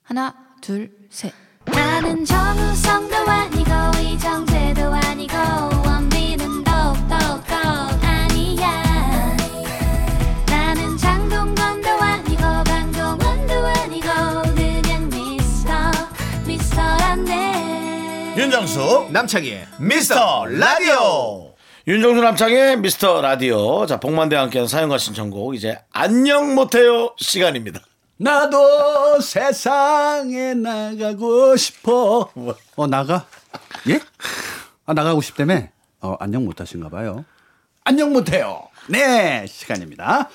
[SPEAKER 9] 하나, 둘, 셋.
[SPEAKER 3] 나는 정우성도 아니고 이정재도 아니고 원빈은 더욱더 아니야 나는 장동건도 아니고 강동원도 아니고 그냥 미스터 미스터란데
[SPEAKER 4] 윤정수 남창희의 미스터 라디오
[SPEAKER 1] 윤종수 남창의 미스터 라디오. 자, 복만대와 함께한 사연과 신청곡 이제 안녕 못해요 시간입니다.
[SPEAKER 6] 나도 세상에 나가고 싶어. 어 나가? 예? 아 나가고 싶다며? 어 안녕 못하신가 봐요. 안녕 못해요. 네 시간입니다.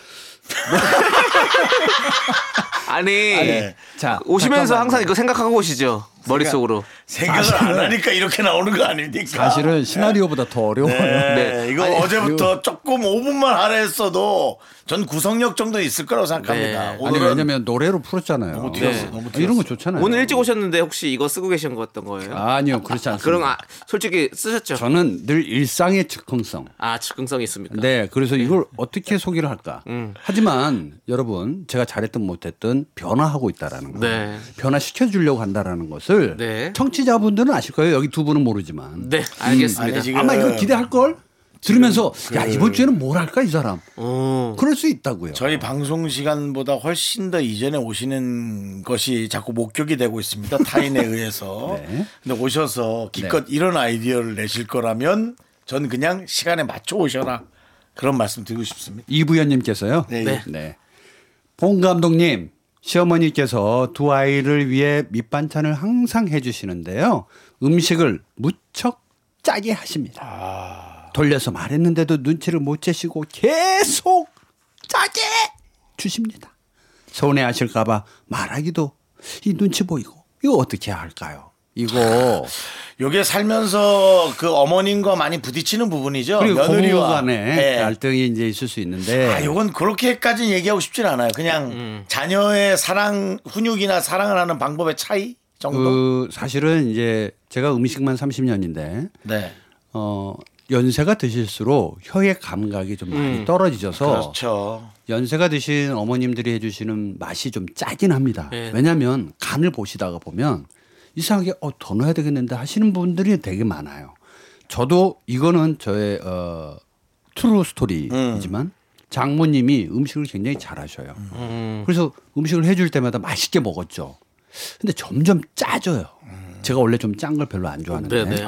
[SPEAKER 8] 아니, 네.
[SPEAKER 6] 자
[SPEAKER 8] 오시면서
[SPEAKER 6] 잠깐만요.
[SPEAKER 8] 항상 이거 생각하고 오시죠. 머릿속으로.
[SPEAKER 1] 생각을 안 하니까 이렇게 나오는 거 아닙니까?
[SPEAKER 6] 사실은 시나리오보다 더 어려워요.
[SPEAKER 1] 네,
[SPEAKER 8] 네.
[SPEAKER 1] 이거
[SPEAKER 8] 아니,
[SPEAKER 1] 어제부터 조금 5분만 하라 했어도 전 구성력 정도 있을 거라고 생각합니다.
[SPEAKER 8] 네.
[SPEAKER 6] 아니
[SPEAKER 1] 오늘은
[SPEAKER 6] 왜냐면 노래로 풀었잖아요. 너무
[SPEAKER 1] 튀었어,
[SPEAKER 8] 네.
[SPEAKER 1] 너무
[SPEAKER 6] 이런 거 좋잖아요.
[SPEAKER 8] 오늘 일찍 오셨는데 혹시 이거 쓰고 계신 것 같던 거예요?
[SPEAKER 6] 아니요 그렇지 않습니다.
[SPEAKER 8] 그럼 아, 솔직히 쓰셨죠?
[SPEAKER 6] 저는 늘 일상의 즉흥성.
[SPEAKER 8] 아, 즉흥성이 있습니까?
[SPEAKER 2] 그러니까.
[SPEAKER 6] 네, 그래서 이걸 어떻게 소개를 할까? 하지만 여러분, 제가 잘했든 못했든 변화하고 있다라는 거.
[SPEAKER 8] 네.
[SPEAKER 6] 변화시켜 주려고 한다라는 것을
[SPEAKER 8] 네.
[SPEAKER 6] 청취자분들은 아실 거예요. 여기 두 분은 모르지만.
[SPEAKER 8] 네, 알겠습니다.
[SPEAKER 1] 아니, 지금
[SPEAKER 6] 아마 이거 기대할 걸? 들으면서 야, 이번 주에는 뭘 할까 이 사람.
[SPEAKER 8] 오.
[SPEAKER 6] 그럴 수 있다고요.
[SPEAKER 1] 저희 방송 시간보다 훨씬 더 이전에 오시는 것이 자꾸 목격이 되고 있습니다.
[SPEAKER 6] *laughs*
[SPEAKER 1] 타인에 의해서.
[SPEAKER 6] 네.
[SPEAKER 1] 근데 오셔서 기껏 이런 아이디어를 내실 거라면 전 그냥 시간에 맞춰 오셔라. 그런 말씀 드리고 싶습니다.
[SPEAKER 6] 이부연 님께서요.
[SPEAKER 1] 네. 네.
[SPEAKER 6] 봉 감독님, 시어머니께서 두 아이를 위해 밑반찬을 항상 해 주시는데요. 음식을 무척 짜게 하십니다.
[SPEAKER 1] 아.
[SPEAKER 6] 돌려서 말했는데도 눈치를 못 채시고 계속 짜게 주십니다. 서운해하실까 봐 말하기도 이 눈치 보이고 이거 어떻게 할까요? 이거
[SPEAKER 1] 요게 살면서 그 어머님과 많이 부딪히는 부분이죠.
[SPEAKER 6] 그리고 부부
[SPEAKER 1] 아, 며느리와
[SPEAKER 6] 간에
[SPEAKER 1] 네.
[SPEAKER 6] 갈등이 이제 있을 수 있는데
[SPEAKER 1] 아, 요건 그렇게까지 얘기하고 싶진 않아요.
[SPEAKER 6] 음,
[SPEAKER 1] 그냥 자녀의 사랑, 훈육이나 사랑을 하는 방법의 차이 정도.
[SPEAKER 6] 그 사실은 이제 제가 음식만 30년인데
[SPEAKER 1] 네.
[SPEAKER 6] 어 연세가 드실수록 혀의 감각이 좀 많이 떨어지셔서
[SPEAKER 1] 음. 그렇죠.
[SPEAKER 6] 연세가 드신 어머님들이 해주시는 맛이 좀 짜긴 합니다.
[SPEAKER 8] 네.
[SPEAKER 6] 왜냐하면 간을 보시다가 보면 이상하게 어, 더 넣어야 되겠는데 하시는 분들이 되게 많아요. 저도 이거는 저의 어, 트루 스토리이지만 장모님이 음식을 굉장히 잘하셔요.
[SPEAKER 2] 음.
[SPEAKER 6] 그래서 음식을 해줄 때마다 맛있게 먹었죠. 근데 점점 짜져요. 제가 원래 좀 짠 걸 별로 안 좋아하는데
[SPEAKER 2] 네네.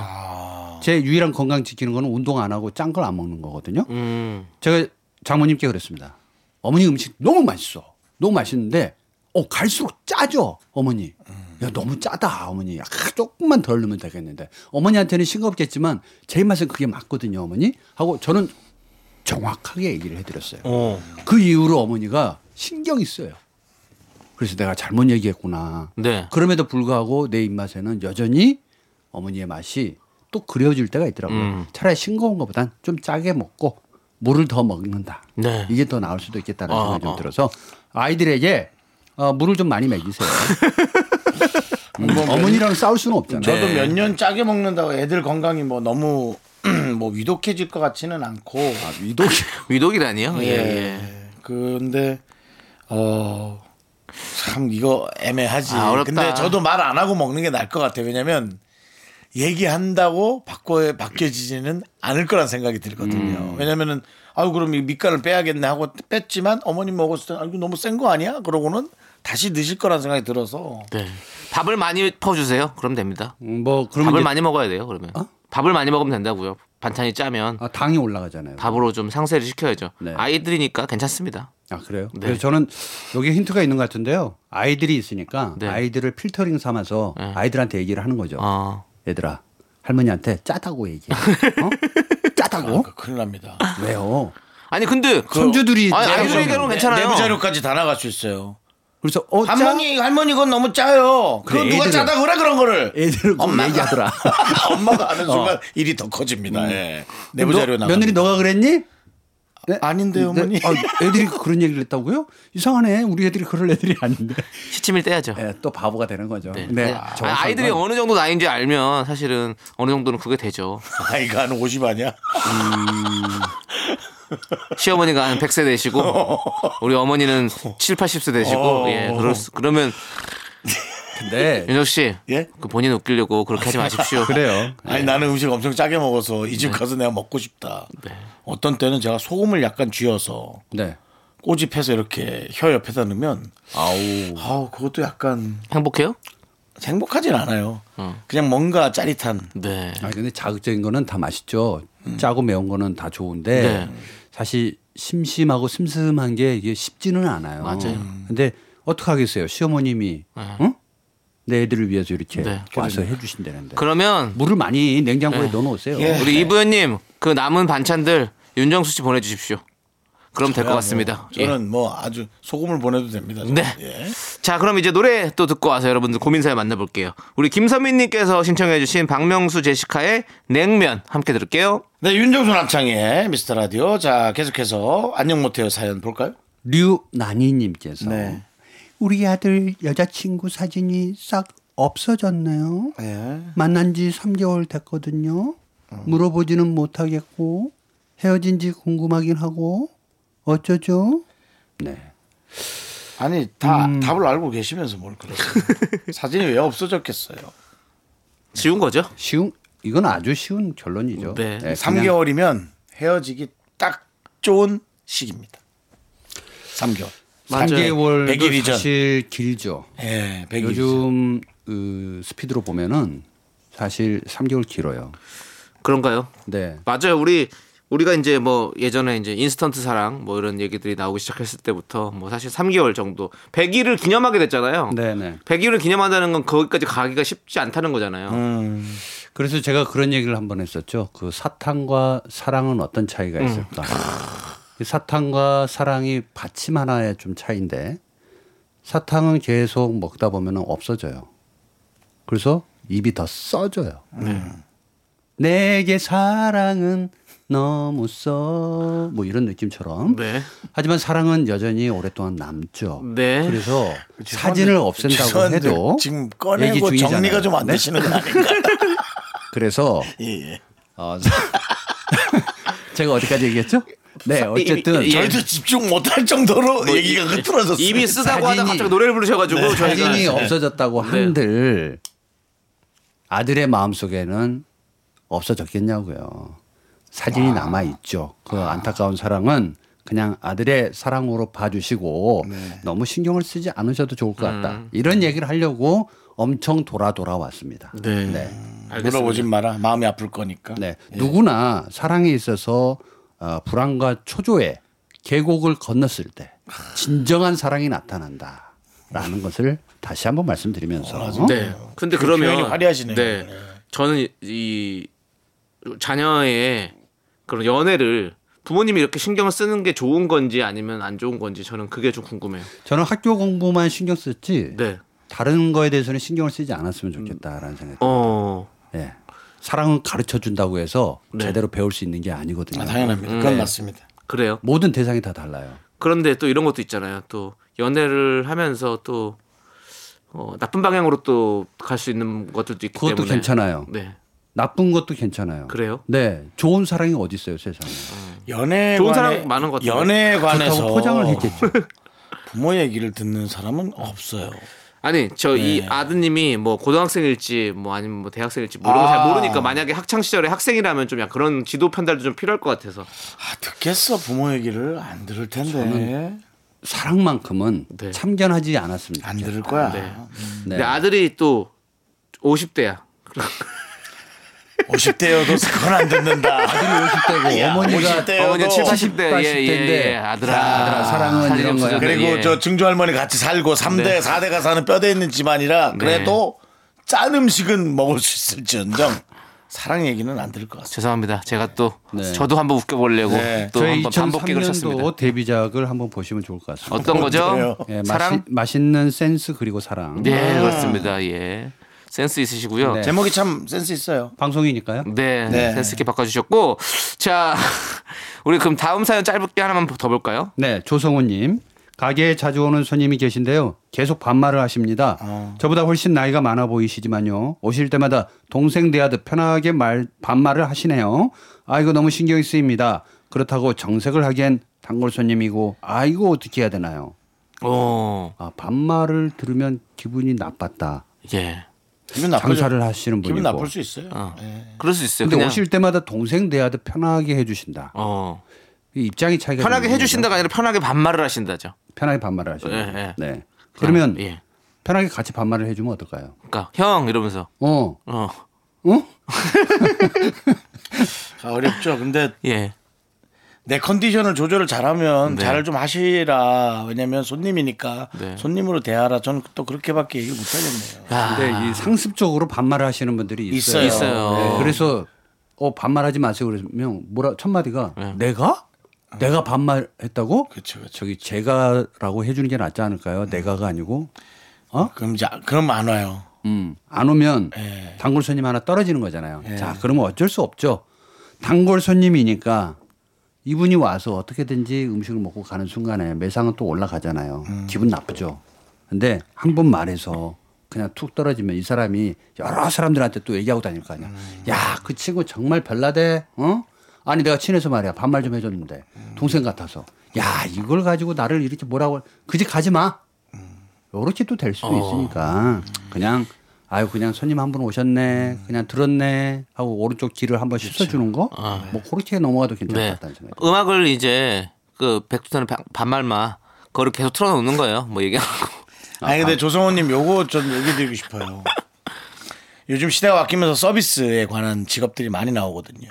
[SPEAKER 8] *laughs*
[SPEAKER 6] 제 유일한 건강 지키는 거는 운동 안 하고 짠 걸 안 먹는 거거든요.
[SPEAKER 2] 음.
[SPEAKER 6] 제가 장모님께 그랬습니다. 어머니 음식 너무 맛있어. 너무 맛있는데, 어, 갈수록 짜죠, 어머니. 야, 너무 짜다, 어머니. 야, 조금만 덜 넣으면 되겠는데. 어머니한테는 싱겁겠지만, 제 입맛은 그게 맞거든요, 어머니. 하고 저는 정확하게 얘기를 해드렸어요. 그 이후로 어머니가 신경이 써요. 그래서 내가 잘못 얘기했구나.
[SPEAKER 2] 네.
[SPEAKER 6] 그럼에도 불구하고 내 입맛에는 여전히 어머니의 맛이 또 그려질 때가 있더라고요.
[SPEAKER 2] 음.
[SPEAKER 6] 차라리 싱거운 것보단 좀 짜게 먹고 물을 더 먹는다.
[SPEAKER 2] 네.
[SPEAKER 6] 이게 더 나을 수도 있겠다는
[SPEAKER 2] 아,
[SPEAKER 6] 생각이
[SPEAKER 2] 아.
[SPEAKER 6] 좀 들어서 아이들에게 어, 물을 좀
[SPEAKER 2] *laughs*
[SPEAKER 6] 많이 먹이세요. 음,
[SPEAKER 2] 뭐,
[SPEAKER 6] 어머니랑 싸울 수는 없잖아요.
[SPEAKER 2] 네.
[SPEAKER 1] 저도 몇 년 짜게 먹는다고 애들 건강이 뭐 너무 *clears throat* 뭐 위독해질 것 같지는 않고
[SPEAKER 6] 아, 위독
[SPEAKER 2] 위독이라니요? 예. 예.
[SPEAKER 1] 근데 어. 참 이거 애매하지.
[SPEAKER 2] 아, 어렵다.
[SPEAKER 1] 근데 저도 말 안 하고 먹는 게 나을 것 같아요. 왜냐면 얘기한다고 바꿔 바뀌어지지는 않을 거란 생각이 들거든요.
[SPEAKER 2] 음.
[SPEAKER 1] 왜냐면은 아유 그럼 이 밑간을 빼야겠네 하고 뺐지만 어머님 먹었을 때아 이거 너무 센 거 아니야? 그러고는 다시 드실 거란 생각이 들어서
[SPEAKER 2] 네. 밥을 많이 퍼주세요. 그럼 됩니다.
[SPEAKER 6] 음, 뭐 그러면
[SPEAKER 2] 밥을
[SPEAKER 6] 이제-
[SPEAKER 2] 많이 먹어야 돼요. 그러면 밥을 많이 먹으면 된다고요. 반찬이 짜면
[SPEAKER 6] 아, 당이 올라가잖아요.
[SPEAKER 2] 밥으로 좀 상세를 시켜야죠.
[SPEAKER 6] 네.
[SPEAKER 2] 아이들이니까 괜찮습니다.
[SPEAKER 6] 아 그래요?
[SPEAKER 2] 네.
[SPEAKER 6] 그래서 저는 여기 힌트가 있는 것 같은데요. 아이들이 있으니까
[SPEAKER 2] 네.
[SPEAKER 6] 아이들을 필터링 삼아서
[SPEAKER 2] 네.
[SPEAKER 6] 아이들한테 얘기를 하는 거죠.
[SPEAKER 2] 어.
[SPEAKER 6] 얘들아 할머니한테 짜다고 얘기해. 어? 짜다고?
[SPEAKER 1] 큰일 납니다.
[SPEAKER 6] 왜요?
[SPEAKER 2] 아니 근데 그
[SPEAKER 6] 손주들이
[SPEAKER 2] 아, 아니,
[SPEAKER 6] 짜요.
[SPEAKER 2] 아이들에게 하면 괜찮아요.
[SPEAKER 1] 내부 자료까지 다 나갈 수 있어요.
[SPEAKER 6] 그래서 어 짜?
[SPEAKER 1] 할머니 할머니 그건 너무 짜요. 그건
[SPEAKER 6] 그래,
[SPEAKER 1] 누가
[SPEAKER 6] 애들은-
[SPEAKER 1] 짜다 그래 그런 거를
[SPEAKER 6] 애들은 꼭
[SPEAKER 1] 엄마가-
[SPEAKER 6] 얘기하더라.
[SPEAKER 1] *laughs* 엄마가 아는 순간 일이 더 커집니다. 예. 내부
[SPEAKER 6] 너-
[SPEAKER 1] 자료 나.
[SPEAKER 6] 며느리 너가 그랬니? 네?
[SPEAKER 1] 아닌데요, 어머니.
[SPEAKER 6] 네? 아, 애들이 그런 얘기를 했다고요? 이상하네. 우리 애들이 그럴 애들이 아닌데.
[SPEAKER 2] 시침일 떼야죠.
[SPEAKER 6] 네, 또 바보가 되는 거죠.
[SPEAKER 2] 네.
[SPEAKER 6] 네.
[SPEAKER 2] 아,
[SPEAKER 6] 정확한
[SPEAKER 2] 아이들이
[SPEAKER 6] 건-
[SPEAKER 2] 어느 정도 나이인지 알면 사실은 어느 정도는 그게 되죠.
[SPEAKER 1] *laughs* 아이가 한 50 아니야?
[SPEAKER 2] 시어머니가 한 100세
[SPEAKER 6] *laughs*
[SPEAKER 2] 되시고 우리 어머니는 7, 80세 되시고
[SPEAKER 6] 어.
[SPEAKER 2] 예, 그럴 수, 그러면
[SPEAKER 6] 근데
[SPEAKER 2] 윤혁 씨,
[SPEAKER 1] 예?
[SPEAKER 2] 그 본인 웃기려고 그렇게 하지 마십시오.
[SPEAKER 6] 그래요.
[SPEAKER 1] 아니 나는 음식 엄청 짜게 먹어서 이 집 가서 내가 먹고 싶다. 어떤 때는 제가 소금을 약간 쥐어서
[SPEAKER 6] 네.
[SPEAKER 1] 꼬집해서 이렇게 혀 옆에다 넣으면 아우 아우 그것도 약간
[SPEAKER 2] 행복해요?
[SPEAKER 1] 행복하진 않아요. 그냥 뭔가 짜릿한
[SPEAKER 2] 네.
[SPEAKER 6] 아 근데 자극적인 거는 다 맛있죠. 짜고 매운 거는 다 좋은데
[SPEAKER 2] 음. 네.
[SPEAKER 6] 사실 심심하고 슴슴한 게 이게 쉽지는 않아요.
[SPEAKER 2] 맞아요.
[SPEAKER 6] 근데 어떻게 하겠어요? 시어머님이 응? 내 애들을 위해서 이렇게
[SPEAKER 2] 네.
[SPEAKER 6] 와서 해주신다는데
[SPEAKER 2] 그러면 네. 예.
[SPEAKER 6] 물을 많이 냉장고에 넣어놓으세요.
[SPEAKER 2] 우리 이부연님 그 남은 반찬들 윤정수 씨 보내주십시오. 그럼 될 것 같습니다.
[SPEAKER 1] 뭐,
[SPEAKER 6] 예.
[SPEAKER 1] 저는 뭐 아주 소금을 보내도 됩니다. 예.
[SPEAKER 2] 네. 자, 그럼 이제 노래 또 듣고 와서 여러분들 고민사연 만나볼게요. 우리 김선민님께서 신청해주신 박명수 제시카의 냉면 함께 들을게요.
[SPEAKER 1] 네, 윤정수 남창의 미스터 라디오. 자, 계속해서 안녕 못해요 사연 볼까요?
[SPEAKER 6] 류난이님께서
[SPEAKER 1] 네.
[SPEAKER 6] 우리 아들 여자친구 사진이 싹 없어졌네요.
[SPEAKER 1] 예.
[SPEAKER 6] 만난 지 3개월 됐거든요. 물어보지는 못하겠고 헤어진지 궁금하긴 하고 어쩌죠? 네.
[SPEAKER 1] 아니, 다
[SPEAKER 6] 음.
[SPEAKER 1] 답을 알고 계시면서 뭘
[SPEAKER 6] *laughs*
[SPEAKER 1] 그러세요? 사진이 왜 없어졌겠어요?
[SPEAKER 2] 지운 거죠?
[SPEAKER 6] 쉬운 이건 아주 쉬운 결론이죠.
[SPEAKER 2] 네.
[SPEAKER 6] 그냥
[SPEAKER 1] 3개월이면 헤어지기 딱 좋은 시기입니다. 3개월.
[SPEAKER 2] 맞아요.
[SPEAKER 6] 3개월도
[SPEAKER 1] 100일 이전.
[SPEAKER 6] 사실 길죠.
[SPEAKER 1] 예, 100일.
[SPEAKER 6] 요즘 그 스피드로 보면은 사실 3개월 길어요.
[SPEAKER 2] 그런가요?
[SPEAKER 6] 네.
[SPEAKER 2] 맞아요. 우리 우리가 이제 뭐 예전에 이제 인스턴트 사랑 뭐 이런 얘기들이 나오기 시작했을 때부터 뭐 사실 3개월 정도 100일을 기념하게 됐잖아요.
[SPEAKER 6] 네, 네.
[SPEAKER 2] 100일을 기념한다는 건 거기까지 가기가 쉽지 않다는 거잖아요.
[SPEAKER 6] 음. 그래서 제가 그런 얘기를 한 번 했었죠. 그 사탕과 사랑은 어떤 차이가 있을까? 이 사탕과 사랑이 받침 하나의 좀 차이인데 사탕은 계속 먹다 보면 없어져요. 그래서 입이 더 써져요. 내게 사랑은 너무 써. 뭐 이런 느낌처럼.
[SPEAKER 2] 네.
[SPEAKER 6] 하지만 사랑은 여전히 오랫동안 남죠.
[SPEAKER 2] 네.
[SPEAKER 6] 그래서 사진을 없앤다고
[SPEAKER 1] 죄송한데
[SPEAKER 6] 해도
[SPEAKER 1] 지금
[SPEAKER 6] 얘기
[SPEAKER 1] 꺼내고
[SPEAKER 6] 중이잖아요.
[SPEAKER 1] 정리가 좀 안
[SPEAKER 6] 네?
[SPEAKER 1] 되시는 거 아닌가?
[SPEAKER 6] *laughs* 그래서
[SPEAKER 1] 예, 예.
[SPEAKER 6] 어, *laughs* 사- 제가 어디까지 얘기했죠? 네, 어쨌든
[SPEAKER 2] 이- 이- 예.
[SPEAKER 1] 저희도 집중 못할 정도로 어,
[SPEAKER 6] 뭐
[SPEAKER 1] 얘기가 흐트러졌어요.
[SPEAKER 2] 입이 쓰다고 하다
[SPEAKER 6] 사진이- 네,
[SPEAKER 2] 갑자기 노래를 부르셔가지고 저희가
[SPEAKER 6] 사진이 없어졌다고 한들 아들의 마음 속에는 없어졌겠냐고요. 사진이 남아 있죠. 그 안타까운 사랑은 그냥 아들의 사랑으로 봐주시고 너무 신경을 쓰지 않으셔도 좋을 것 같다. 이런 얘기를 하려고 엄청 돌아 돌아왔습니다.
[SPEAKER 1] 네. 물어보진 마라. 마음이 아플 거니까.
[SPEAKER 6] 예, 네. 누구나 사랑에 있어서 어, 불안과 초조의 계곡을 건넜을 때 진정한 사랑이 나타난다라는 것을 다시 한번 말씀드리면서
[SPEAKER 2] 네. 근데
[SPEAKER 1] 그
[SPEAKER 2] 그러면
[SPEAKER 1] 표현이 화려하시네요.
[SPEAKER 2] 네.
[SPEAKER 1] 네.
[SPEAKER 2] 저는 이- 이 자녀의 그런 연애를 부모님이 이렇게 신경을 쓰는 게 좋은 건지 아니면 안 좋은 건지 저는 그게 좀 궁금해요.
[SPEAKER 6] 저는 학교 공부만 신경 썼지
[SPEAKER 2] 네. 음.
[SPEAKER 6] 다른 거에 대해서는 신경을 쓰지 않았으면 좋겠다라는 생각.
[SPEAKER 2] 어.
[SPEAKER 6] 예. 사랑은 가르쳐 준다고 해서
[SPEAKER 2] 네.
[SPEAKER 6] 제대로 배울 수 있는 게 아니거든요.
[SPEAKER 1] 아,
[SPEAKER 6] 음.
[SPEAKER 1] 당연합니다. 그건
[SPEAKER 2] 네.
[SPEAKER 1] 맞습니다.
[SPEAKER 2] 그래요.
[SPEAKER 6] 모든 대상이 다 달라요.
[SPEAKER 2] 그런데 또 이런 것도 있잖아요. 또 연애를 하면서 또 어, 나쁜 방향으로 또 갈 수 있는 것들도 있기
[SPEAKER 6] 그것도
[SPEAKER 2] 때문에
[SPEAKER 6] 괜찮아요.
[SPEAKER 2] 네.
[SPEAKER 6] 나쁜 것도 괜찮아요.
[SPEAKER 2] 그래요?
[SPEAKER 6] 네. 좋은 사랑이 어디 있어요, 세상에.
[SPEAKER 1] 연애
[SPEAKER 2] 좋은 사람 많은 것 같아요.
[SPEAKER 1] 연애에 관해서
[SPEAKER 6] 그렇다고 포장을
[SPEAKER 2] *laughs*
[SPEAKER 6] 했겠죠.
[SPEAKER 1] 부모 얘기를 듣는 사람은 없어요.
[SPEAKER 2] 아니 저
[SPEAKER 6] 네.
[SPEAKER 2] 이 아드님이 뭐 고등학생일지 뭐 아니면 뭐 대학생일지 모르는
[SPEAKER 6] 아.
[SPEAKER 2] 잘 모르니까 만약에 학창 시절에 학생이라면 좀 약간 그런 지도 편달도 좀 필요할 것 같아서
[SPEAKER 1] 아, 듣겠어 부모 얘기를 안 들을 텐데
[SPEAKER 6] 사랑만큼은
[SPEAKER 2] 네.
[SPEAKER 6] 참견하지 않았습니다.
[SPEAKER 1] 안 들을 거야.
[SPEAKER 2] 네.
[SPEAKER 6] 네.
[SPEAKER 2] 근데 아들이 또 50대야
[SPEAKER 1] 50대여도 그건 안 듣는다.
[SPEAKER 6] 아들이 50대고 어머니가
[SPEAKER 1] 50대여도
[SPEAKER 2] 그 어머니 7, 80대
[SPEAKER 6] 80,
[SPEAKER 2] 예예예
[SPEAKER 6] 80대.
[SPEAKER 2] 아들아
[SPEAKER 6] 자, 사랑은
[SPEAKER 2] 살이
[SPEAKER 6] 이런 거야.
[SPEAKER 2] 없어졌네.
[SPEAKER 1] 아, 그리고
[SPEAKER 2] 예.
[SPEAKER 1] 저 증조할머니 같이 살고 3대
[SPEAKER 2] 네.
[SPEAKER 1] 4대가 사는 뼈대 있는
[SPEAKER 6] 네.
[SPEAKER 1] 집안이라 그래도 짠 음식은 먹을 수 있을지언정 사랑 얘기는 안 들을 것 같습니다.
[SPEAKER 2] 죄송합니다 제가 또
[SPEAKER 6] 네.
[SPEAKER 2] 저도 한번 웃겨보려고
[SPEAKER 1] 네.
[SPEAKER 2] 또
[SPEAKER 6] 저희
[SPEAKER 2] 한번 반복기를 쳤습니다
[SPEAKER 6] 2003년도 데뷔작을 한번 보시면 좋을 것 같습니다.
[SPEAKER 2] 어떤 거죠?
[SPEAKER 1] 어때요?
[SPEAKER 6] 예,
[SPEAKER 2] 사랑?
[SPEAKER 6] 맛이, 맛있는 센스 그리고 사랑.
[SPEAKER 2] 네
[SPEAKER 1] 아.
[SPEAKER 2] 그렇습니다 예 센스 있으시고요
[SPEAKER 6] 네.
[SPEAKER 1] 제목이 참 센스 있어요.
[SPEAKER 6] 방송이니까요.
[SPEAKER 2] 네,
[SPEAKER 1] 네.
[SPEAKER 2] 센스 있게 바꿔주셨고 자 *laughs* 우리 그럼 다음 사연 짧게 하나만 더 볼까요?
[SPEAKER 6] 네, 조성호님. 가게에 자주 오는 손님이 계신데요. 계속 반말을 하십니다.
[SPEAKER 2] 아.
[SPEAKER 6] 저보다 훨씬 나이가 많아 보이시지만요. 오실 때마다 동생 대하듯 편하게 말, 반말을 하시네요. 아이고, 너무 신경이 쓰입니다. 그렇다고 정색을 하기엔 단골 손님이고, 아이고, 어떻게 해야 되나요?
[SPEAKER 2] 어,
[SPEAKER 6] 아, 반말을 들으면 기분이 나빴다.
[SPEAKER 2] 예.
[SPEAKER 1] 기분 나쁠
[SPEAKER 6] 장사를 하시는 분이고.
[SPEAKER 1] 기분 나쁠 수 있어요.
[SPEAKER 2] 어.
[SPEAKER 1] 예.
[SPEAKER 2] 그럴 수 있어요.
[SPEAKER 6] 근데
[SPEAKER 2] 그냥
[SPEAKER 6] 오실 때마다 동생 대하듯 편하게 해주신다.
[SPEAKER 2] 어
[SPEAKER 6] 이 입장이 차이가
[SPEAKER 2] 편하게
[SPEAKER 6] 있는 거죠.
[SPEAKER 2] 해주신다가 아니라 편하게 반말을 하신다죠.
[SPEAKER 6] 편하게 반말을 하신다.
[SPEAKER 2] 예, 예.
[SPEAKER 6] 네.
[SPEAKER 2] 그냥,
[SPEAKER 6] 그러면
[SPEAKER 2] 예,
[SPEAKER 6] 편하게 같이 반말을 해주면 어떨까요?
[SPEAKER 2] 그러니까 형 이러면서
[SPEAKER 6] 어,
[SPEAKER 2] 어,
[SPEAKER 6] 어?
[SPEAKER 1] 아, 어렵죠. 근데
[SPEAKER 2] 예,
[SPEAKER 1] 내 컨디션을 조절을 잘하면
[SPEAKER 2] 네.
[SPEAKER 1] 잘을 좀 하시라. 왜냐면 손님이니까
[SPEAKER 2] 네.
[SPEAKER 1] 손님으로 대하라. 저는 또 그렇게밖에 얘기를 못 하겠네요.
[SPEAKER 2] 야,
[SPEAKER 6] 근데 이 상습적으로 반말을 하시는 분들이 있어요.
[SPEAKER 1] 아. 있어요.
[SPEAKER 2] 있어요.
[SPEAKER 6] 네, 그래서 어 반말하지 마세요. 그러면 뭐라 첫 마디가
[SPEAKER 2] 네.
[SPEAKER 6] 내가 내가 반말했다고?
[SPEAKER 1] 그쵸, 그쵸.
[SPEAKER 6] 저기 제가라고 해주는 게 낫지 않을까요? 내가가 아니고 어?
[SPEAKER 1] 그럼 이제 그럼 안 와요.
[SPEAKER 6] 안 오면
[SPEAKER 1] 예.
[SPEAKER 6] 단골 손님 하나 떨어지는 거잖아요. 자, 그러면 어쩔 수 없죠. 단골 손님이니까 이분이 와서 어떻게든지 음식을 먹고 가는 순간에 매상은 또 올라가잖아요. 기분 나쁘죠. 근데 한 번 말해서 그냥 툭 떨어지면 이 사람이 여러 사람들한테 또 얘기하고 다닐 거 아니야. 야, 그 친구 정말 별나대. 어? 아니 내가 친해서 말이야. 반말 좀 해줬는데 동생 같아서. 야, 이걸 가지고 나를 이렇게 뭐라고 그 집 가지 마. 요렇게 또 될
[SPEAKER 1] 어.
[SPEAKER 6] 수도 있으니까 그냥 아유 그냥 손님 한 분 오셨네
[SPEAKER 1] 음.
[SPEAKER 6] 그냥 들었네 하고 오른쪽 귀를 한번
[SPEAKER 1] 그렇죠.
[SPEAKER 6] 씻어주는 거뭐
[SPEAKER 1] 아, 예.
[SPEAKER 6] 그렇게 넘어가도 괜찮을 것
[SPEAKER 2] 네.
[SPEAKER 6] 같다는 생각이
[SPEAKER 2] 음악을 이제 그 백두산의 바- 반말마 그거를 계속 틀어놓는 거예요. 뭐 얘기하고
[SPEAKER 1] 아니 근데 조성호님 요거 좀 얘기 드리고 싶어요. 요즘 시대가 바뀌면서 서비스에 관한 직업들이 많이 나오거든요.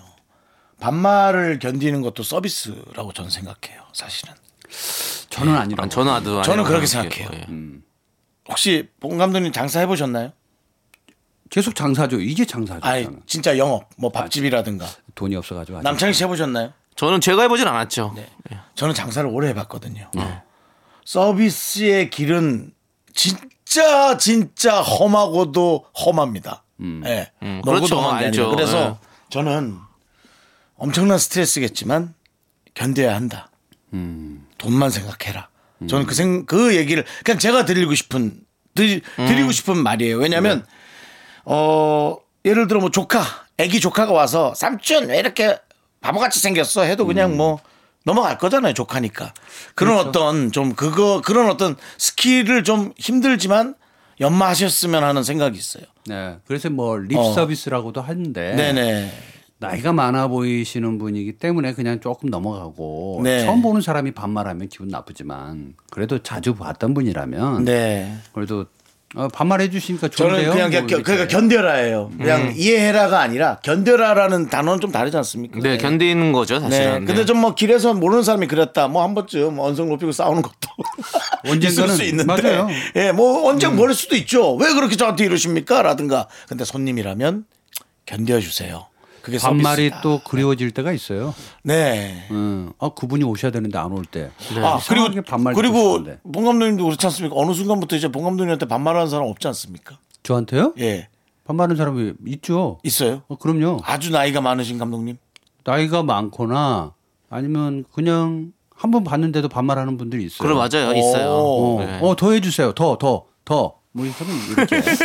[SPEAKER 1] 반말을 견디는 것도 서비스라고 저는 생각해요. 사실은.
[SPEAKER 6] 저는 아니라
[SPEAKER 2] 아, 저는 아들
[SPEAKER 1] 저는
[SPEAKER 2] 아니라고 예.
[SPEAKER 1] 그렇게
[SPEAKER 2] 생각해요.
[SPEAKER 1] 생각해요. 혹시 봉 감독님 장사 해보셨나요?
[SPEAKER 6] 계속 장사죠 이게 장사죠
[SPEAKER 1] 아니
[SPEAKER 6] 저는.
[SPEAKER 1] 진짜 영업 뭐 밥집이라든가
[SPEAKER 6] 돈이 없어가지고 아직.
[SPEAKER 1] 남창희 씨 해보셨나요?
[SPEAKER 2] 예. 저는 제가 해보진 않았죠.
[SPEAKER 1] 저는 장사를 오래 해봤거든요. 서비스의 길은 진짜 진짜 험하고도 험합니다. 예,
[SPEAKER 2] 음,
[SPEAKER 1] 너고도 네.
[SPEAKER 2] 그렇죠.
[SPEAKER 1] 험한 게
[SPEAKER 2] 알죠.
[SPEAKER 1] 아니라. 그래서
[SPEAKER 2] 예.
[SPEAKER 1] 저는 엄청난 스트레스겠지만 견뎌야 한다. 음. 돈만 생각해라. 저는 그 생 그 얘기를 그냥 제가 드리고 싶은 드리, 고 싶은 말이에요. 왜냐하면 어 예를 들어 뭐 조카, 아기 조카가 와서 삼촌 왜 이렇게 바보같이 생겼어 해도
[SPEAKER 6] 음.
[SPEAKER 1] 그냥 뭐 넘어갈 거잖아요 조카니까 그런
[SPEAKER 6] 그렇죠.
[SPEAKER 1] 어떤 좀 그거 그런 어떤 스킬을 좀 힘들지만 연마하셨으면 하는 생각이 있어요.
[SPEAKER 6] 네 그래서 뭐 립
[SPEAKER 1] 어.
[SPEAKER 6] 서비스라고도 하는데
[SPEAKER 1] 네네
[SPEAKER 6] 나이가 많아 보이시는 분이기 때문에 그냥 조금 넘어가고
[SPEAKER 1] 네.
[SPEAKER 6] 처음 보는 사람이 반말하면 기분 나쁘지만 그래도 자주 봤던 분이라면
[SPEAKER 1] 네.
[SPEAKER 6] 그래도 어, 반말해 주시니까
[SPEAKER 1] 저는
[SPEAKER 6] 좋은데요.
[SPEAKER 1] 그냥
[SPEAKER 6] 뭐
[SPEAKER 1] 겨, 겨-
[SPEAKER 6] 이렇게. 음.
[SPEAKER 1] 그러니까 견뎌라예요. 그냥 이해해라가 아니라 견뎌라라는 단어는 좀 다르지 않습니까?
[SPEAKER 8] 네, 견디는 거죠,
[SPEAKER 1] 네.
[SPEAKER 8] 사실은.
[SPEAKER 1] 근데 좀 뭐 길에서 모르는 사람이 그랬다. 뭐 한 번쯤 언성 높이고 싸우는
[SPEAKER 6] *laughs*
[SPEAKER 1] 것도 있을
[SPEAKER 6] 언젠가는-
[SPEAKER 1] 수 있는데.
[SPEAKER 6] 맞아요. 음.
[SPEAKER 1] 예, 뭐 언젠 버릴 수도 있죠. 왜 그렇게 저한테 이러십니까? 라든가. 근데 손님이라면 견뎌 주세요. 그게
[SPEAKER 6] 반말이
[SPEAKER 1] 서비스다.
[SPEAKER 6] 또 그리워질 때가 있어요.
[SPEAKER 1] 네.
[SPEAKER 6] 음, 아 그분이 오셔야 되는데 안 올 때.
[SPEAKER 8] 네.
[SPEAKER 1] 아,
[SPEAKER 6] 네, 이상하게
[SPEAKER 1] 그리고
[SPEAKER 6] 반말 듣고
[SPEAKER 1] 그리고
[SPEAKER 6] 싶은데.
[SPEAKER 1] 봉 감독님도 그렇지 않습니까? 어느 순간부터 이제 봉 감독님한테 반말하는 사람 없지 않습니까?
[SPEAKER 6] 저한테요?
[SPEAKER 1] 예.
[SPEAKER 6] 반말하는 사람이 있죠.
[SPEAKER 1] 있어요.
[SPEAKER 6] 어, 그럼요.
[SPEAKER 1] 아주 나이가 많으신 감독님.
[SPEAKER 6] 나이가 많거나 아니면 그냥 한 번 봤는데도 반말하는 분들이 있어요.
[SPEAKER 8] 그럼 맞아요, 있어요.
[SPEAKER 6] 어,
[SPEAKER 8] 네.
[SPEAKER 6] 어, 더 해주세요. 더, 더, 더. 뭐 이렇게 하면
[SPEAKER 8] *laughs*
[SPEAKER 6] 이렇게.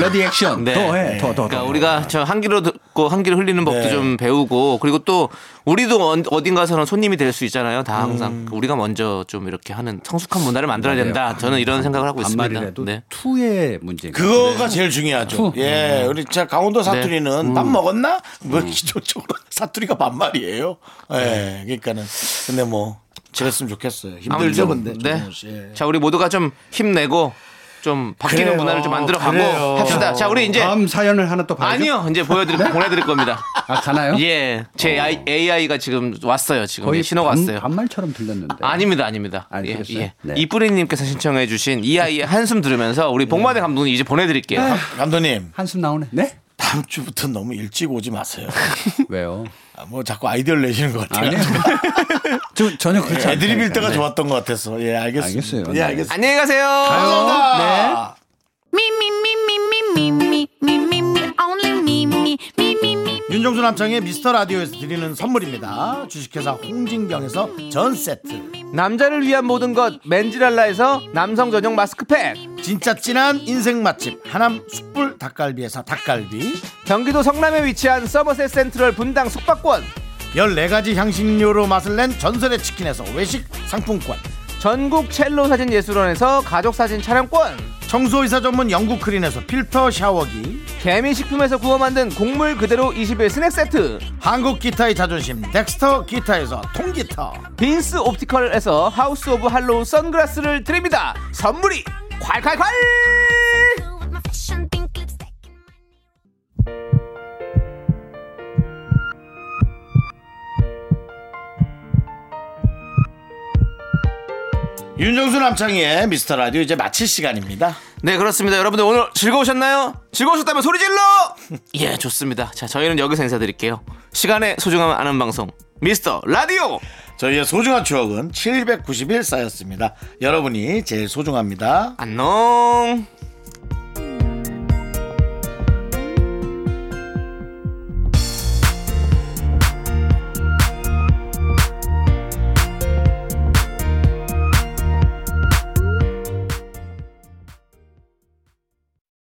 [SPEAKER 6] 레디 액션.
[SPEAKER 8] 네.
[SPEAKER 6] 더 해. 더, 더, 더.
[SPEAKER 8] 그러니까 우리가 저 한기로 듣고 한기로 흘리는 법도
[SPEAKER 1] 네.
[SPEAKER 8] 좀 배우고 그리고 또 우리도 언- 어딘가서는 손님이 될 수 있잖아요. 다
[SPEAKER 1] 음.
[SPEAKER 8] 항상 그 우리가 먼저 좀 이렇게 하는 성숙한 문화를 만들어야 된다. 저는 이런 생각을 하고 있습니다.
[SPEAKER 6] 반말이라도
[SPEAKER 8] 네.
[SPEAKER 6] 투의 문제.
[SPEAKER 1] 그거가 제일 중요하죠.
[SPEAKER 6] 투.
[SPEAKER 1] 예, 우리 자 강원도 사투리는 밥 먹었나? 뭐 기초적으로 *laughs* 사투리가 반말이에요. 예, 그러니까는 근데 뭐 그랬으면 좋겠어요. 힘들죠,
[SPEAKER 8] 아무튼,
[SPEAKER 1] 근데.
[SPEAKER 8] 네.
[SPEAKER 1] 정우 씨. 예.
[SPEAKER 8] 자, 우리 모두가 좀 힘내고 좀 바뀌는
[SPEAKER 1] 그래요.
[SPEAKER 8] 문화를 좀 만들어 가고
[SPEAKER 1] 그래요.
[SPEAKER 8] 합시다. 자, 우리 이제
[SPEAKER 6] 다음 사연을 하나 또 봐야죠.
[SPEAKER 8] 아니요. 이제 보여 드릴
[SPEAKER 1] 네?
[SPEAKER 8] 보내 드릴 겁니다.
[SPEAKER 6] 아, 가나요?
[SPEAKER 8] 예.
[SPEAKER 1] 어.
[SPEAKER 8] 제 AI가 지금 왔어요. 지금 예,
[SPEAKER 6] 거의
[SPEAKER 8] 신호가
[SPEAKER 6] 반-
[SPEAKER 8] 왔어요.
[SPEAKER 6] 반말처럼 들렸는데.
[SPEAKER 8] 아닙니다, 아닙니다.
[SPEAKER 6] 네. 아,
[SPEAKER 8] 예,
[SPEAKER 6] 그랬어요?
[SPEAKER 8] 예.
[SPEAKER 6] 네.
[SPEAKER 8] 이뿌리님께서 신청해주신 이 아이의 한숨 들으면서 우리 복만대 감독님 이제 보내드릴게요.
[SPEAKER 1] 감독님
[SPEAKER 6] 한숨 나오네. 네?
[SPEAKER 1] 다음 주부터 너무 일찍 오지 마세요. *laughs*
[SPEAKER 6] 왜요?
[SPEAKER 1] 아, 뭐 자꾸 아이디어를 내시는 것 같아요. 예,
[SPEAKER 6] 아니요. *laughs* 저, 전혀 그렇지 않아요.
[SPEAKER 1] 애드립일 때가 좋았던 것 같아서 예 알겠습니다.
[SPEAKER 6] 알겠어요.
[SPEAKER 1] 예 알겠습니다.
[SPEAKER 8] 안녕히 가세요.
[SPEAKER 1] 감사합니다. 윤종수 남창의 미스터 라디오에서 드리는 선물입니다. 주식회사 홍진경에서 전 세트.
[SPEAKER 2] 남자를 위한 모든 것 맨지랄라에서 남성 전용 마스크팩
[SPEAKER 1] 진짜 진한 인생 맛집 하남 숯불 닭갈비에서 닭갈비.
[SPEAKER 2] 경기도 성남에 위치한 서머셋 센트럴 분당 숙박권
[SPEAKER 1] 14가지 향신료로 맛을 낸 전설의 치킨에서 외식 상품권.
[SPEAKER 2] 전국 첼로 사진 예술원에서 가족 사진 촬영권
[SPEAKER 1] 청소이사 전문 영국 크린에서 필터 샤워기.
[SPEAKER 2] 개미식품에서 구워 만든 곡물 그대로 21 스낵 세트
[SPEAKER 1] 한국 기타의 자존심 덱스터 기타에서 통기타.
[SPEAKER 2] 빈스 옵티컬에서 하우스 오브 할로우 선글라스를 드립니다 선물이 콸콸콸
[SPEAKER 1] 윤종수 남창희의 미스터 라디오 이제 마칠 시간입니다.
[SPEAKER 8] 네, 그렇습니다. 여러분들 오늘 즐거우셨나요? 즐거우셨다면 소리 질러! *laughs* 예, 좋습니다. 자, 저희는 여기서 인사드릴게요. 시간의 소중함을 아는 방송, 미스터 라디오!
[SPEAKER 1] 저희의 소중한 추억은 791 쌓였습니다. 여러분이 제일 소중합니다.
[SPEAKER 8] 안녕!